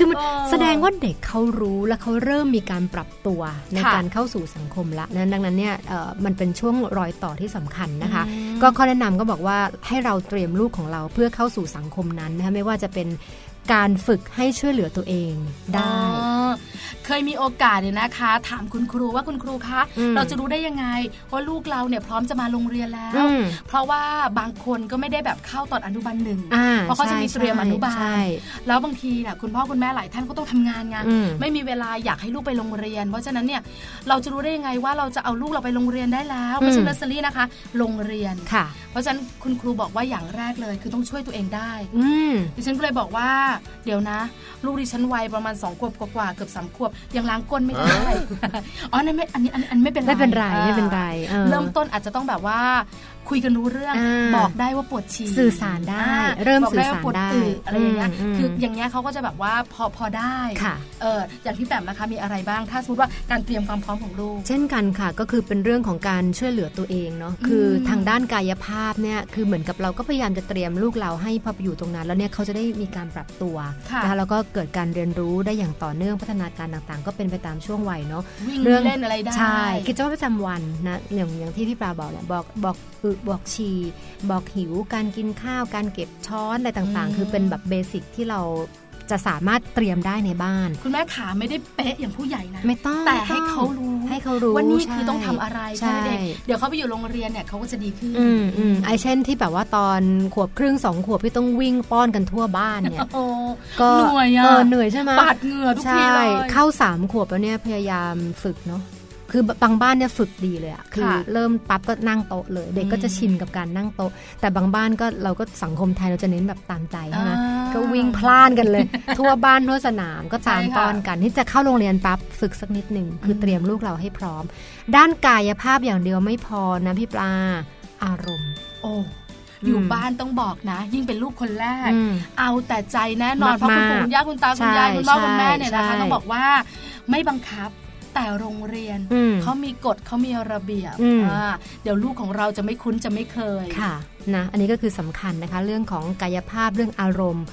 G: คือมัน
C: เออ
G: แสดงว่าเด็กเขารู้และเขาเริ่มมีการปรับตัวใน
C: ค่ะ
G: การเข้าสู่สังคมละนั้นดังนั้นเนี่ยเอ่อมันเป็นช่วงรอยต่อที่สำคัญนะคะ
C: อืม
G: ก็ข้อแนะนำก็บอกว่าให้เราเตรียมลูกของเราเพื่อเข้าสู่สังคมนั้นนะคะไม่ว่าจะเป็นการฝึกให้ช่วยเหลือตัวเองได้
C: อ๋อเคยมีโอกาสเนี่ยนะคะ ถามคุณครูว่าคุณครูคะ
G: อืม
C: เราจะรู้ได้ยังไงว่าลูกเราเนี่ยพร้อมจะมาโรงเรียนแล้ว
G: อืม
C: เพราะว่าบางคนก็ไม่ได้แบบเข้าตอนอนุบาลหนึ่ง
G: อ่
C: เพราะเขาจะมีเตรียมอนุบาล
G: ใช่
C: แล้วบางทีน่ะคุณพ่อคุณแม่หลายท่านก็ต้องทำงานไง
G: อืม
C: ไม่มีเวลาอยากให้ลูกไปโรงเรียน เพราะฉะนั้นเนี่ยเราจะรู้ได้ยังไงว่าเราจะเอาลูกเราไปโรงเรียนได้แล้วไม่ใช่เนอร์เซอรี่นะคะ โรงเรียน
G: ค่ะ
C: เพราะฉะนั้นคุณครูบอกว่าอย่างแรกเลยคือต้องช่วยตัวเองได้
G: อืม
C: ดิฉันก็เลยบอกว่าเดี๋ยวนะ ลูกดิฉันวัยประมาณสองขวบกว่าๆเกือบสามขวบยังล้างก้นไม่ได้ อ๋อนั่นไม่อันนี้อันอันไม่เป็นไร
G: ไม่เป็นไร
C: อ่า
G: ไม่เป็นไรออ
C: เริ่มต้นอาจจะต้องแบบว่าคุยกันรู้เรื่อง
G: อ่า
C: บอกได้ว่าปวดฉี่
G: สื่อสารได้
C: อ่า
G: เริ่ม
C: บอกได้
G: สื่อสาร
C: ว่าปวด
G: ได้
C: อึอะไรอย่างเงี้ย
G: อืมอืม
C: คืออย่างเงี้ยเขาก็จะแบบว่าพอพอได้
G: ค่ะ
C: เอออย่างพี่แปมนะคะมีอะไรบ้างถ้าสมมติว่าการเตรียมความพร้อมของลูก
G: เช่นกันค่ะก็คือเป็นเรื่องของการช่วยเหลือตัวเองเนาะ
C: อืม
G: คือทางด้านกายภาพเนี่ยคือเหมือนกับเราก็พยายามจะเตรียมลูกเราให้พอไปอยู่ตรงนั้น แล้วเนี่ยเขาจะได้มีการปรับตัว
C: ค่ะ
G: นะคะแล้วก็เกิดการเรียนรู้ได้อย่างต่อเนื่องพัฒนาการต่างๆ ก็เป็นไปตามช่วงวัยเนาะ
C: วิ่งเล่นอะไรได้
G: ใช่กิจวัตรประจำวันนะอย่างอย่างที่พี่ปลาบอกเนี่ยบอกบอกอึบอกฉี่บอกหิว การกินข้าว การเก็บช้อนอะไรต่างๆ คือเป็นแบบเบสิกที่เราจะสามารถเตรียมได้ในบ้าน
C: คุณแม่ขาไม่ได้เป๊ะอย่างผู้ใหญ่นะ
G: ไม่ต้อง
C: แต่
G: ไม่
C: ให้
G: อง
C: เขารู้
G: ให้เขารู้
C: ว่านี่
G: ใช่
C: คือต้องทำอะไร
G: ใช่
C: ใช่เด็กเดี๋ยวเขาไปอยู่โรงเรียนเนี่ยเขาก็จะดีขึ้น
G: อืมอืมไอเช่นที่แบบว่าตอนขวบครึ่งสองขวบที่ต้องวิ่งป้อนกันทั่วบ้านเนี่ย
C: โอ้
G: ก็
C: เหนื่อยอ่ะ
G: เออเหนื่อยใช่ไหม
C: ปาดเหงื่อทุกที
G: ใช่
C: เลย
G: เข้าสามขวบแล้วเนี่ยพยายามฝึกเนาะคือบางบ้านเนี่ยฝึกดีเลยอะคือ
C: ค่ะ
G: เริ่มปั๊บก็นั่งโต๊ะเลย เด็กก็จะ
C: อืม
G: ชินกับการนั่งโต๊ะ แต่บางบ้านก็เราก็สังคมไทยเราจะเน้นแบบตามใจใช่ไหม
C: อ่า
G: ก็วิ่งพล่านกันเลย ทั่วบ้านทั่วสนามก็ตาม
C: ใช่ค่ะ
G: ป้อนกันที่จะเข้าโรงเรียนปั๊บฝึกสักนิดหนึ่งคือเตรียมลูกเราให้พร้อม ด้านกายภาพอย่างเดียวไม่พอนะพี่ปลา อารมณ์
C: โอ้อยู่
G: อืม
C: บ้านต้องบอกนะ ยิ่งเป็นลูกคนแรก
G: อืม
C: เอาแต่ใจแน่นอนเพราะคุณ
G: มากๆ
C: ปู่คุณย่าคุณตาคุณยาย
G: ใช่
C: คุณพ่อคุณแม่เนี่ยนะคะ
G: ใช่
C: ต้องบอกว่าไม่บังคับแต่โรงเรียน
G: อืม
C: เขามีกฎเขามีระเบียบ
G: อืม
C: อ่าเดี๋ยวลูกของเราจะไม่คุ้นจะไม่เคย
G: ค่ะนะอันนี้ก็คือสำคัญนะคะเรื่องของกายภาพเรื่องอารมณ์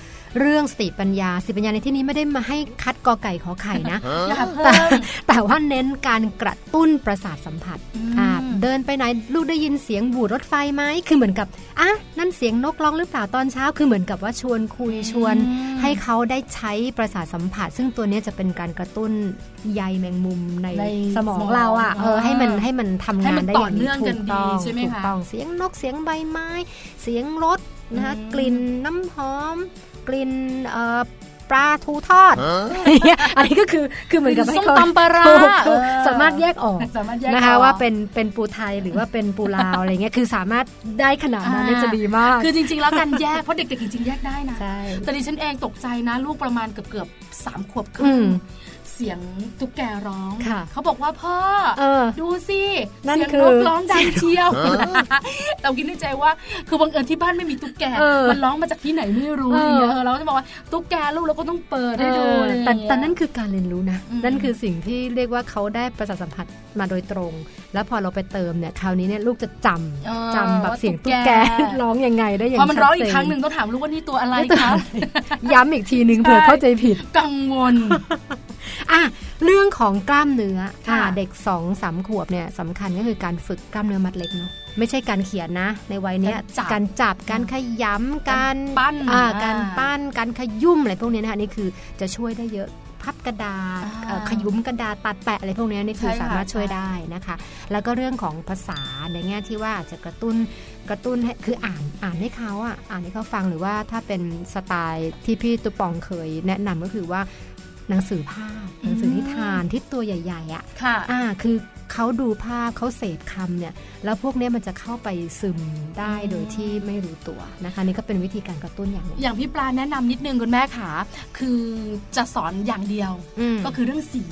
G: เรื่องสติปัญญาสติปัญญาในที่นี้ไม่ได้มาให้คัดกอไก่ขอไข่นะ
C: อย่าเพิ่
G: แต่
C: ม
G: แต่ว่าเน้นการกระตุ้นประสาทสัมผัสอ่า
C: อืม
G: เดินไปไหนลูกได้ยินเสียงบูดรถไฟไหมคือเหมือนกับอ่ะนั่นเสียงนกร้องหรือเปล่าตอนเช้า คือเหมือนกับว่าชวนคุยชวน ให้เขาได้ใช้ประสาทสัมผัส ซึ่งตัวเนี้ยจะเป็นการกระตุ้นใยแมงมุมใน
C: ใน
G: สมองเราอ่ะ
C: สมอง
G: เออให้มัน
C: อ่า
G: ให้มันทำ
C: ให้
G: งา
C: มัน น
G: ได้
C: ต่อย่าง เนื่องกันดี
G: ถูต้อง
C: ใช่ไหม
G: ถูก
C: คะ
G: ต้องเสียงนกเสียงใบไม้ เสียงรถนะคะ
C: อืม
G: กลิ่นน้ำหอม กลิ่นเอ่อปลาทูทอดอะไรเงี้ยอันนี้ก็คือคือเหมือนกับให้
C: ส้ม
G: เขา
C: ตำปลาร้า
G: ถูก
C: เอ
G: ถูก
C: อ
G: สามารถแยกออก
C: สามารถแยก
G: นะคะ
C: ออก
G: ว่าเป็นเป็นปูไทยหรือว่าเป็นปูลาวอะไรเงี้ยคือสามารถได้ขนาดนั้นเนี่ย
C: อ่า
G: จะดีมาก
C: คือจริง ๆ แล้วการแยกเพราะเด็กๆจริงๆแยกได้นะ
G: ใช่
C: แต่ดิฉันเองตกใจนะ ลูกประมาณเกือบเกือบๆสามขวบค
G: อื
C: รึ่ง
G: ม
C: เสียงตุ๊กแกร้อง
G: ค่ะ
C: เขาบอกว่าพ่อ
G: เออ
C: ดูสิ
G: นั่น
C: เสียง
G: คือน
C: กร้องดังเชียว เราคิดในใจว่า คือบังเอิญที่บ้านไม่มีตุ๊กแก
G: เออ
C: มันร้องมาจากที่ไหนไม่รู้
G: เอออ
C: ย่างเงี้ยเออเราก็จะบอกว่าตุ๊กแกลูกเราก็ต้องเปิดให้ดู
G: เออ
C: อะไรอย่าง
G: แต่
C: เงี้ย
G: แต่นั่นคือการเรียนรู้นะ
C: อืม
G: นั่นคือสิ่งที่เรียกว่าเขาได้ประสาทสัมผัสมาโดยตรง แล้วพอเราไปเติมเนี่ยคราวนี้เนี่ยลูกจะจำ
C: เออ
G: จำแบบเสียงตุ๊กแกร้องยังไงได้อย่าง
C: พอมันร้องอีก
G: ชัดเจ
C: ครั้งหนึ่งต้องถามลูกว่านี่ตัวอะไร
G: ไม่ต้อง
C: คะ
G: ย้ำอีกทีหนึ่งเผื่อ
C: ใช่
G: เข้าใจผิด
C: กังวล
G: อ่ะเรื่องของกล้ามเนื้อ
C: ค่ะ
G: อ่ะเด็กสองสามขวบเนี่ยสำคัญก็คือการฝึกกล้ามเนื้อมัดเล็กเนาะไม่ใช่การเขียนนะ ในวัยเนี้ยการจับการขยำการ
C: ปั้น
G: อ่า
C: อ่า
G: การปั้นการขยุ่มอะไรพวกเนี้ยนะคะนี่คือจะช่วยได้เยอะพับกระดาษ
C: อ่า
G: เอ่อขยุ้มกระดาษตัดแปะอะไรพวกเนี้ยนี่คือ
C: ใช่ค่ะ
G: สามารถช่วยได้นะคะ แล้วก็เรื่องของภาษาในแง่ที่ว่าจะกระตุ้นกระตุ้นให้คืออ่านอ่านให้เขาอ่ะอ่านให้เขาฟังหรือว่าถ้าเป็นสไตล์ที่พี่ตุปองเคยแนะนำก็คือว่าหนังสือภาพหนังสือนิทานที่ตัวใหญ่ ๆอ่ะ
C: ค่ะ
G: อ่าคือเขาดูภาพเขาเสพคำเนี่ยแล้วพวกเนี้ยมันจะเข้าไปซึมได้
C: อืม
G: โดยที่ไม่รู้ตัวนะคะนี่ก็เป็นวิธีการกระตุ้นอย่างหนึ่ง
C: อย่างพี่ปลาแนะนำนิดนึงคุณแม่ขาคือจะสอนอย่างเดียว
G: อืม
C: ก็คือเรื่องสี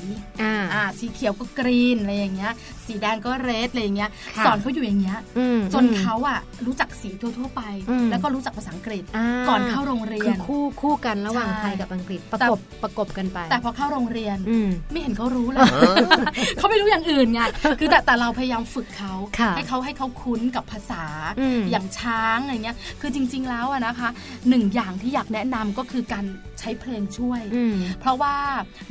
G: อ่า
C: อ่าสีเขียวก็กรีนอะไรอย่างเงี้ย สีแดงก็เรดอะไรอย่างเงี้ย
G: ค่ะ
C: สอนเขาอยู่อย่างเงี้ย
G: อืม
C: จนเขาอะรู้จักสีทั่วๆไป
G: อืม
C: แล้วก็รู้จักภาษาอังกฤษ
G: า
C: ก่อนเข้าโรงเรีย
G: คือน คู่คู่กันระหว่าง
C: ใช่
G: ไทยกับอังกฤษประ
C: แต่
G: กบประกบกันไป
C: แต่พอเข้าโรงเรียน
G: อืม
C: ไม่เห็นเขารู้เลย เขาไม่รู้อย่างอื่น ไงคือแต่แต่เราพยายามฝึกเขา
G: ค่ะ
C: ให้เขาให้เขาคุ้นกับภาษา
G: อืม
C: อย่างช้างอะไรเงี้ย คือจริง ๆ แล้วอะนะคะหนึ่งอย่างที่อยากแนะนำก็คือการใช้เพลงช่วย เพราะว่า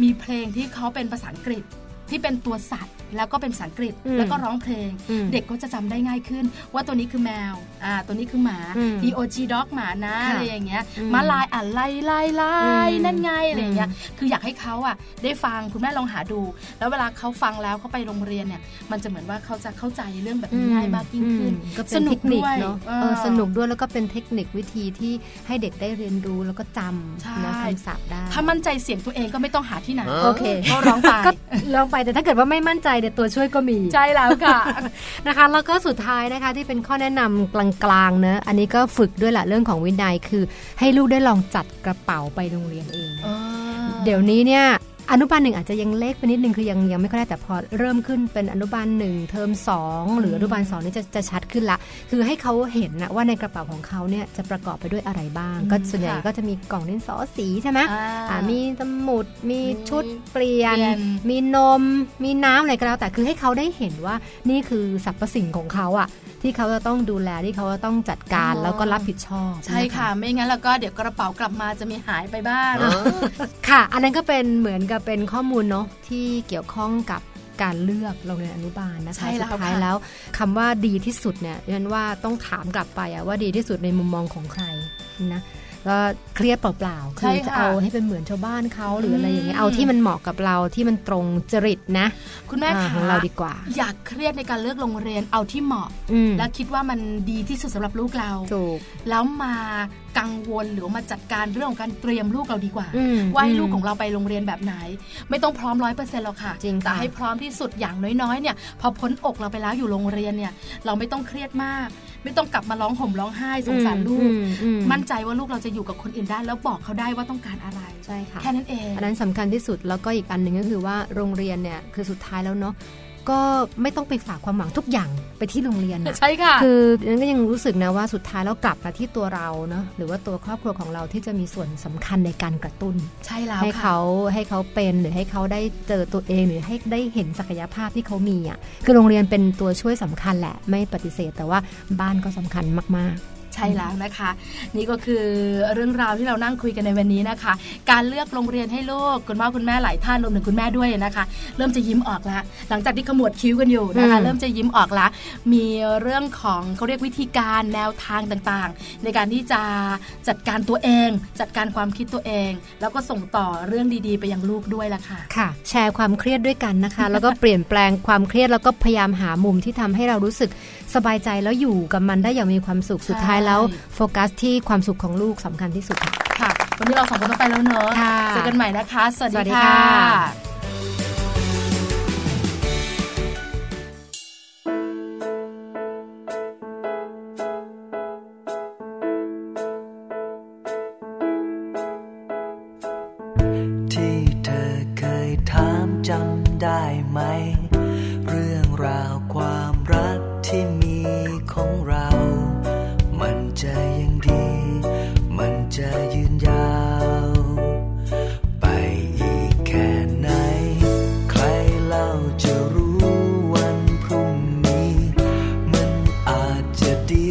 C: มีเพลงที่เขาเป็นภาษาอังกฤษที่เป็นตัวสัตว์ แล้วก็เป็นภาษาอังกฤษ
G: อืม
C: แล้วก็ร้องเพลง
G: อืม
C: เด็กก็จะจำได้ง่ายขึ้น ว่าตัวนี้คือแมวอ่าตัวนี้คือหมา
G: อืม
C: dog dog หมานะ
G: ค่ะ
C: อะไรอย่างเงี้ย
G: อืม
C: มาลายอ่ะไล่ไล่ไล่
G: อืม
C: นั่นไงอะไรอย่างเงี้ย
G: อื
C: คืออยากให้เขาอ่ะได้ฟังคุณแม่ลองหาดู แล้วเวลาเขาฟังแล้วเขาไปโรงเรียนเนี่ย มันจะเหมือนว่าเขาจะเข้าใจเรื่องแบบนี้ง่ายมากยิ่งขึ้น
G: อืมก็เป็
C: ส
G: น
C: นุ
G: เท
C: ก
G: คนิค
C: ด้วย
G: เนาะ
C: เออ
G: เออสนุกด้วยแล้วก็เป็นเทคนิควิธีที่ให้เด็กได้เรียนรู้แล้วก็จ
C: ใช่
G: ำนะคำศัพท์ได้
C: ถ้ามั่นใจเสียงตัวเองก็ไม่ต้องหาที่ไหน
G: โอเค
C: ก็ร้องไป
G: ก็ลองไปแต่ถ้าเกิดว่าไม่มั่นใจเดี๋ยวตัวช่วยก็มี
C: ใช่แล้วค่ะ
G: นะคะแล้วก็สุดท้ายนะคะที่เป็นข้อแนะนำกลางๆเนอะอันนี้ก็ฝึกด้วยแหละเรื่องของวินัยคือ ให้ลูกได้ลองจัดกระเป๋าไปโรงเรียนเอง เดี๋ยวนี้เนี่ยอนุบาลหนึ่งอาจจะยังเล็กไปนิดนึงคือยังยังไม่ค่อยได้แต่พอเริ่มขึ้นเป็นอนุบาลหนึ่งเทอมสองหรืออนุบาลสองนี่จะจะชัดขึ้นละ คือให้เขาเห็นนะว่าในกระเป๋าของเขาเนี่ยจะประกอบไปด้วยอะไรบ้าง
C: อืม
G: ก็ส่วนใหญ่
C: ค่ะ
G: ก็จะมีกล่องดินสอสีใช่ไหม
C: อ่า
G: อ่ามีสมุดมี
C: มี
G: ชุดเปลี่ยน
C: เปลี่ยน
G: มีนม มีน้ำอะไรก็แล้ว แต่คือให้เขาได้เห็นว่านี่คือสรรพสิ่งของเขาอะที่เขาจะต้องดูแลที่เขาจะต้องจัดการแล้วก็รับผิดชอบ
C: ใช่
G: น
C: ค่ะ ไม่งั้นแล้วก็เดี๋ยวกระเป๋ากลับมาจะมีหายไปบ้าง
G: ค่ะ อันนั้นก็เป็นเหมือนกับเป็นข้อมูลเนาะที่เกี่ยวข้องกับการเลือกโรงเรียนอนุบาลนะคะ
C: ใช่แล้ว
G: สุดท้าย
C: ค่ะ
G: แล้วคำว่าดีที่สุดเนี่ยดิฉันว่าต้องถามกลับไปอะว่าดีที่สุดในมุมมองของใครนะก็เครียดเปล่าๆ
C: ใช่
G: คือ
C: ค่ะ
G: จะเอาให้เป็นเหมือนชาวบ้านเขาหรือ
C: ม
G: อะไรอย่างเงี้ยเอาที่มันเหมาะกับเราที่มันตรงจริตนะ
C: คุณแม่
G: อ่า
C: คะ
G: ของเราดีกว่า
C: อยากเครียดในการเลือกโรงเรียนเอาที่เหมาะ
G: อืม
C: แล้วคิดว่ามันดีที่สุดสำหรับลูกเรา
G: ถูก
C: แล้วมากังวลหรือมาจัดการเรื่องของการเตรียมลูกเราดีกว่า
G: อืม
C: ว่าให้ลูกของเราไปโรงเรียนแบบไหน ไม่ต้องพร้อมร้อยเปอร์เซ็นต์หรอกค่ะ
G: จริงค่ะ
C: แต่ให้พร้อมที่สุดอย่างน้อยๆเนี่ยพอพ้นอกเราไปแล้วอยู่โรงเรียนเนี่ยเราไม่ต้องเครียดมาก ไม่ต้องกลับมาร้องห่มร้องไห้สงสารลู
G: อื
C: ก
G: มอืม
C: มั่นใจว่าลูกเราจะอยู่กับคนอื่นได้แล้วบอกเขาได้ว่าต้องการอะไร
G: ใช่ค่ะ
C: แค่นั้นเอง
G: อันนั้นสำคัญที่สุดแล้วก็อีกอันหนึ่งก็คือว่าโรงเรียนเนี่ยคือสุดท้ายแล้วเนาะ ก็ไม่ต้องไปฝากความหวังทุกอย่างไปที่โรงเรียนอะ
H: ใช่ค่ะ
G: คือนั้นก็ยังรู้สึกนะว่าสุดท้ายแล้วกลับมาที่ตัวเราเนาะหรือว่าตัวครอบครัวของเราที่จะมีส่วนสำคัญในการกระตุ้น
H: ใช่แล้ว
G: ให้
H: ค่ะ
G: เขาให้เขาเป็นหรือให้เขาได้เจอตัวเองหรือให้ได้เห็นศักยภาพที่เขามีอ่ะคือโรงเรียนเป็นตัวช่วยสำคัญแหละ ไม่ปฏิเสธ แต่ว่าบ้านก็สำคัญมาก
H: ใช่แล้วนะคะ นี่ก็คือเรื่องราวที่เรานั่งคุยกันในวันนี้นะคะ การเลือกโรงเรียนให้ลูกคุณพ่อคุณแม่หลายท่านรวมถึงคุณแม่ด้วยนะคะ เริ่มจะยิ้มออกละหลังจากที่ขมวดคิ้วกันอยู่นะคะ
G: อืม
H: เริ่มจะยิ้มออกละมีเรื่องของเขาเรียกวิธีการแนวทางต่างๆ ในการที่จะจัดการตัวเอง จัดการความคิดตัวเอง แล้วก็ส่งต่อเรื่องดีๆ ไปยังลูกด้วยละค่ะ
G: ๆ ค่ะ แชร์ความเครียดด้วยกันนะคะ แล้วก็เปลี่ยนแปลงความเครียดแล้วก็พยายามหามุมที่ทำให้เรารู้สึกสบายใจแล้วอยู่กับมันได้อย่างมีความสุขสุดท้ายแล้ว โฟกัสที่ความสุขของลูกสำคัญที่สุดค่ะ
H: ค่ะ วันนี้เราสองคนต้องไปแล้วเนอะ
G: ค่ะ
H: เจอกันใหม่นะคะ สวัส
G: สวัสดี
H: ดี
G: ค่
H: ค่ะ ะ
F: ที่เธอเคยถามจำได้ไหม เรื่องราวความรักที่มีของเรา มันจะยังดี มันจะยืนยาว ไปอีกแค่ไหน ใครเล่าจะรู้วันพรุ่งนี้ มันอาจจะดี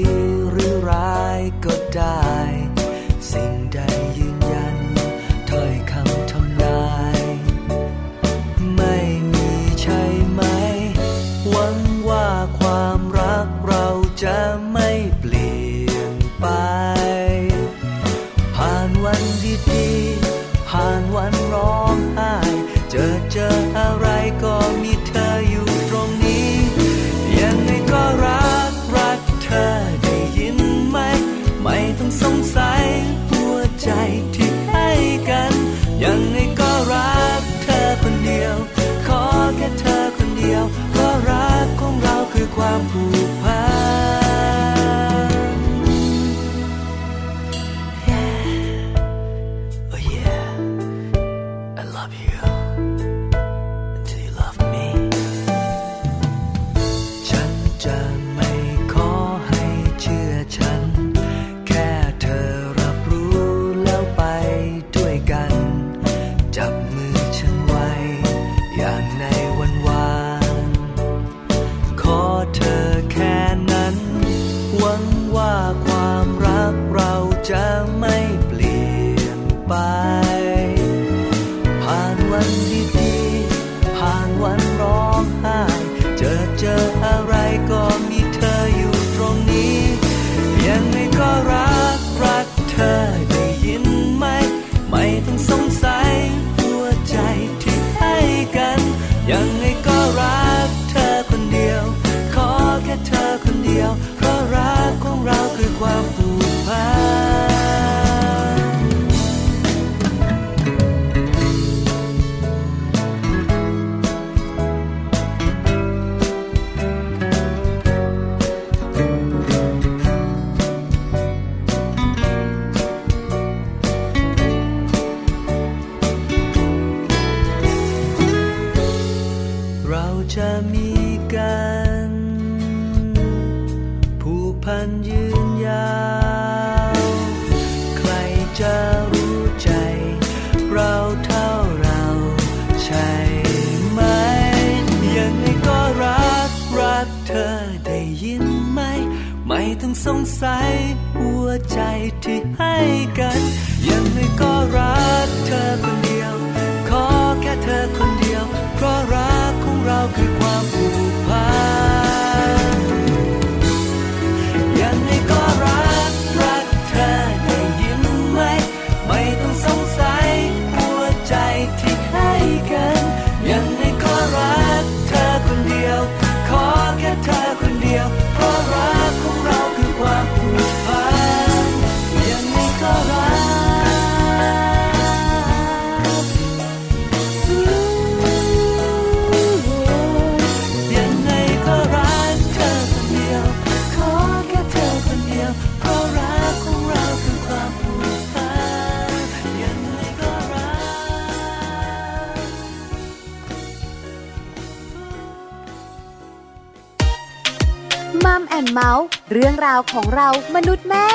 F: หรือร้ายก็ได้ สิ่งใดยืนยันถ้อยคำทำนาย ไม่มีใช่ไหม หวังว่าความรักเราจะไม่เปลี่ยนไป ผ่านวันดีๆ ผ่านวันร้องไห้ เจอเจออะไรก็มีเธออยู่ตรงนี้ ยังไงก็รักรักเธอได้ยินไหม ไม่ต้องสงสัยหัวใจที่ให้กัน ยังไงก็รักเธอคนเดียว ขอแค่เธอคนเดียวเพราะรักของเราคือความผูกพัน Oh yeah, I love you until you love me. ฉันจะไม่ขอให้เชื่อฉัน แค่เธอรับรู้แล้วไปด้วยกัน จับมือฉันไว้ อย่างในวันวาน ขอเธอแค่นั้น หวังว่าความรักเราจะไม่เปลี่ยนไป ผ่านวันดีๆ ผ่านวันร้องไห้ เจอเจออะไรก็มีเธออยู่ตรงนี้ ยังไงก็รักรักเธอได้ยินไหม ไม่ต้องสงสัยหัวใจที่ให้กัน ยังไงก็รักเธอคนเดียว ขอแค่เธอคนเดียว เพราะรักของเราคือความผูกพัน เราจะมีกัน ผูกพันยืนยาว ใครจะรู้ใจ เราเท่าเราใช่ไหม ยังไงก็รักรักเธอได้ยินไหม ไม่ต้องสงสัยหัวใจที่ให้กัน ยังไงก็รักเธอคนเดียว ขอแค่เธอคนเดียว เพราะรักของเราคือความผูกพัน ยังไงก็รักรักเธอได้ยินไหม ไม่ต้องสงสัยหัวใจที่ให้กัน ยังไงก็รักเธอคนเดียว ขอแค่เธอคนเดียว เพราะรักของเราคือความผูกพัน ยังไงก็รัก ยังไงก็
E: มัมแอนเมาส์เรื่องราวของเรามนุษย์แม่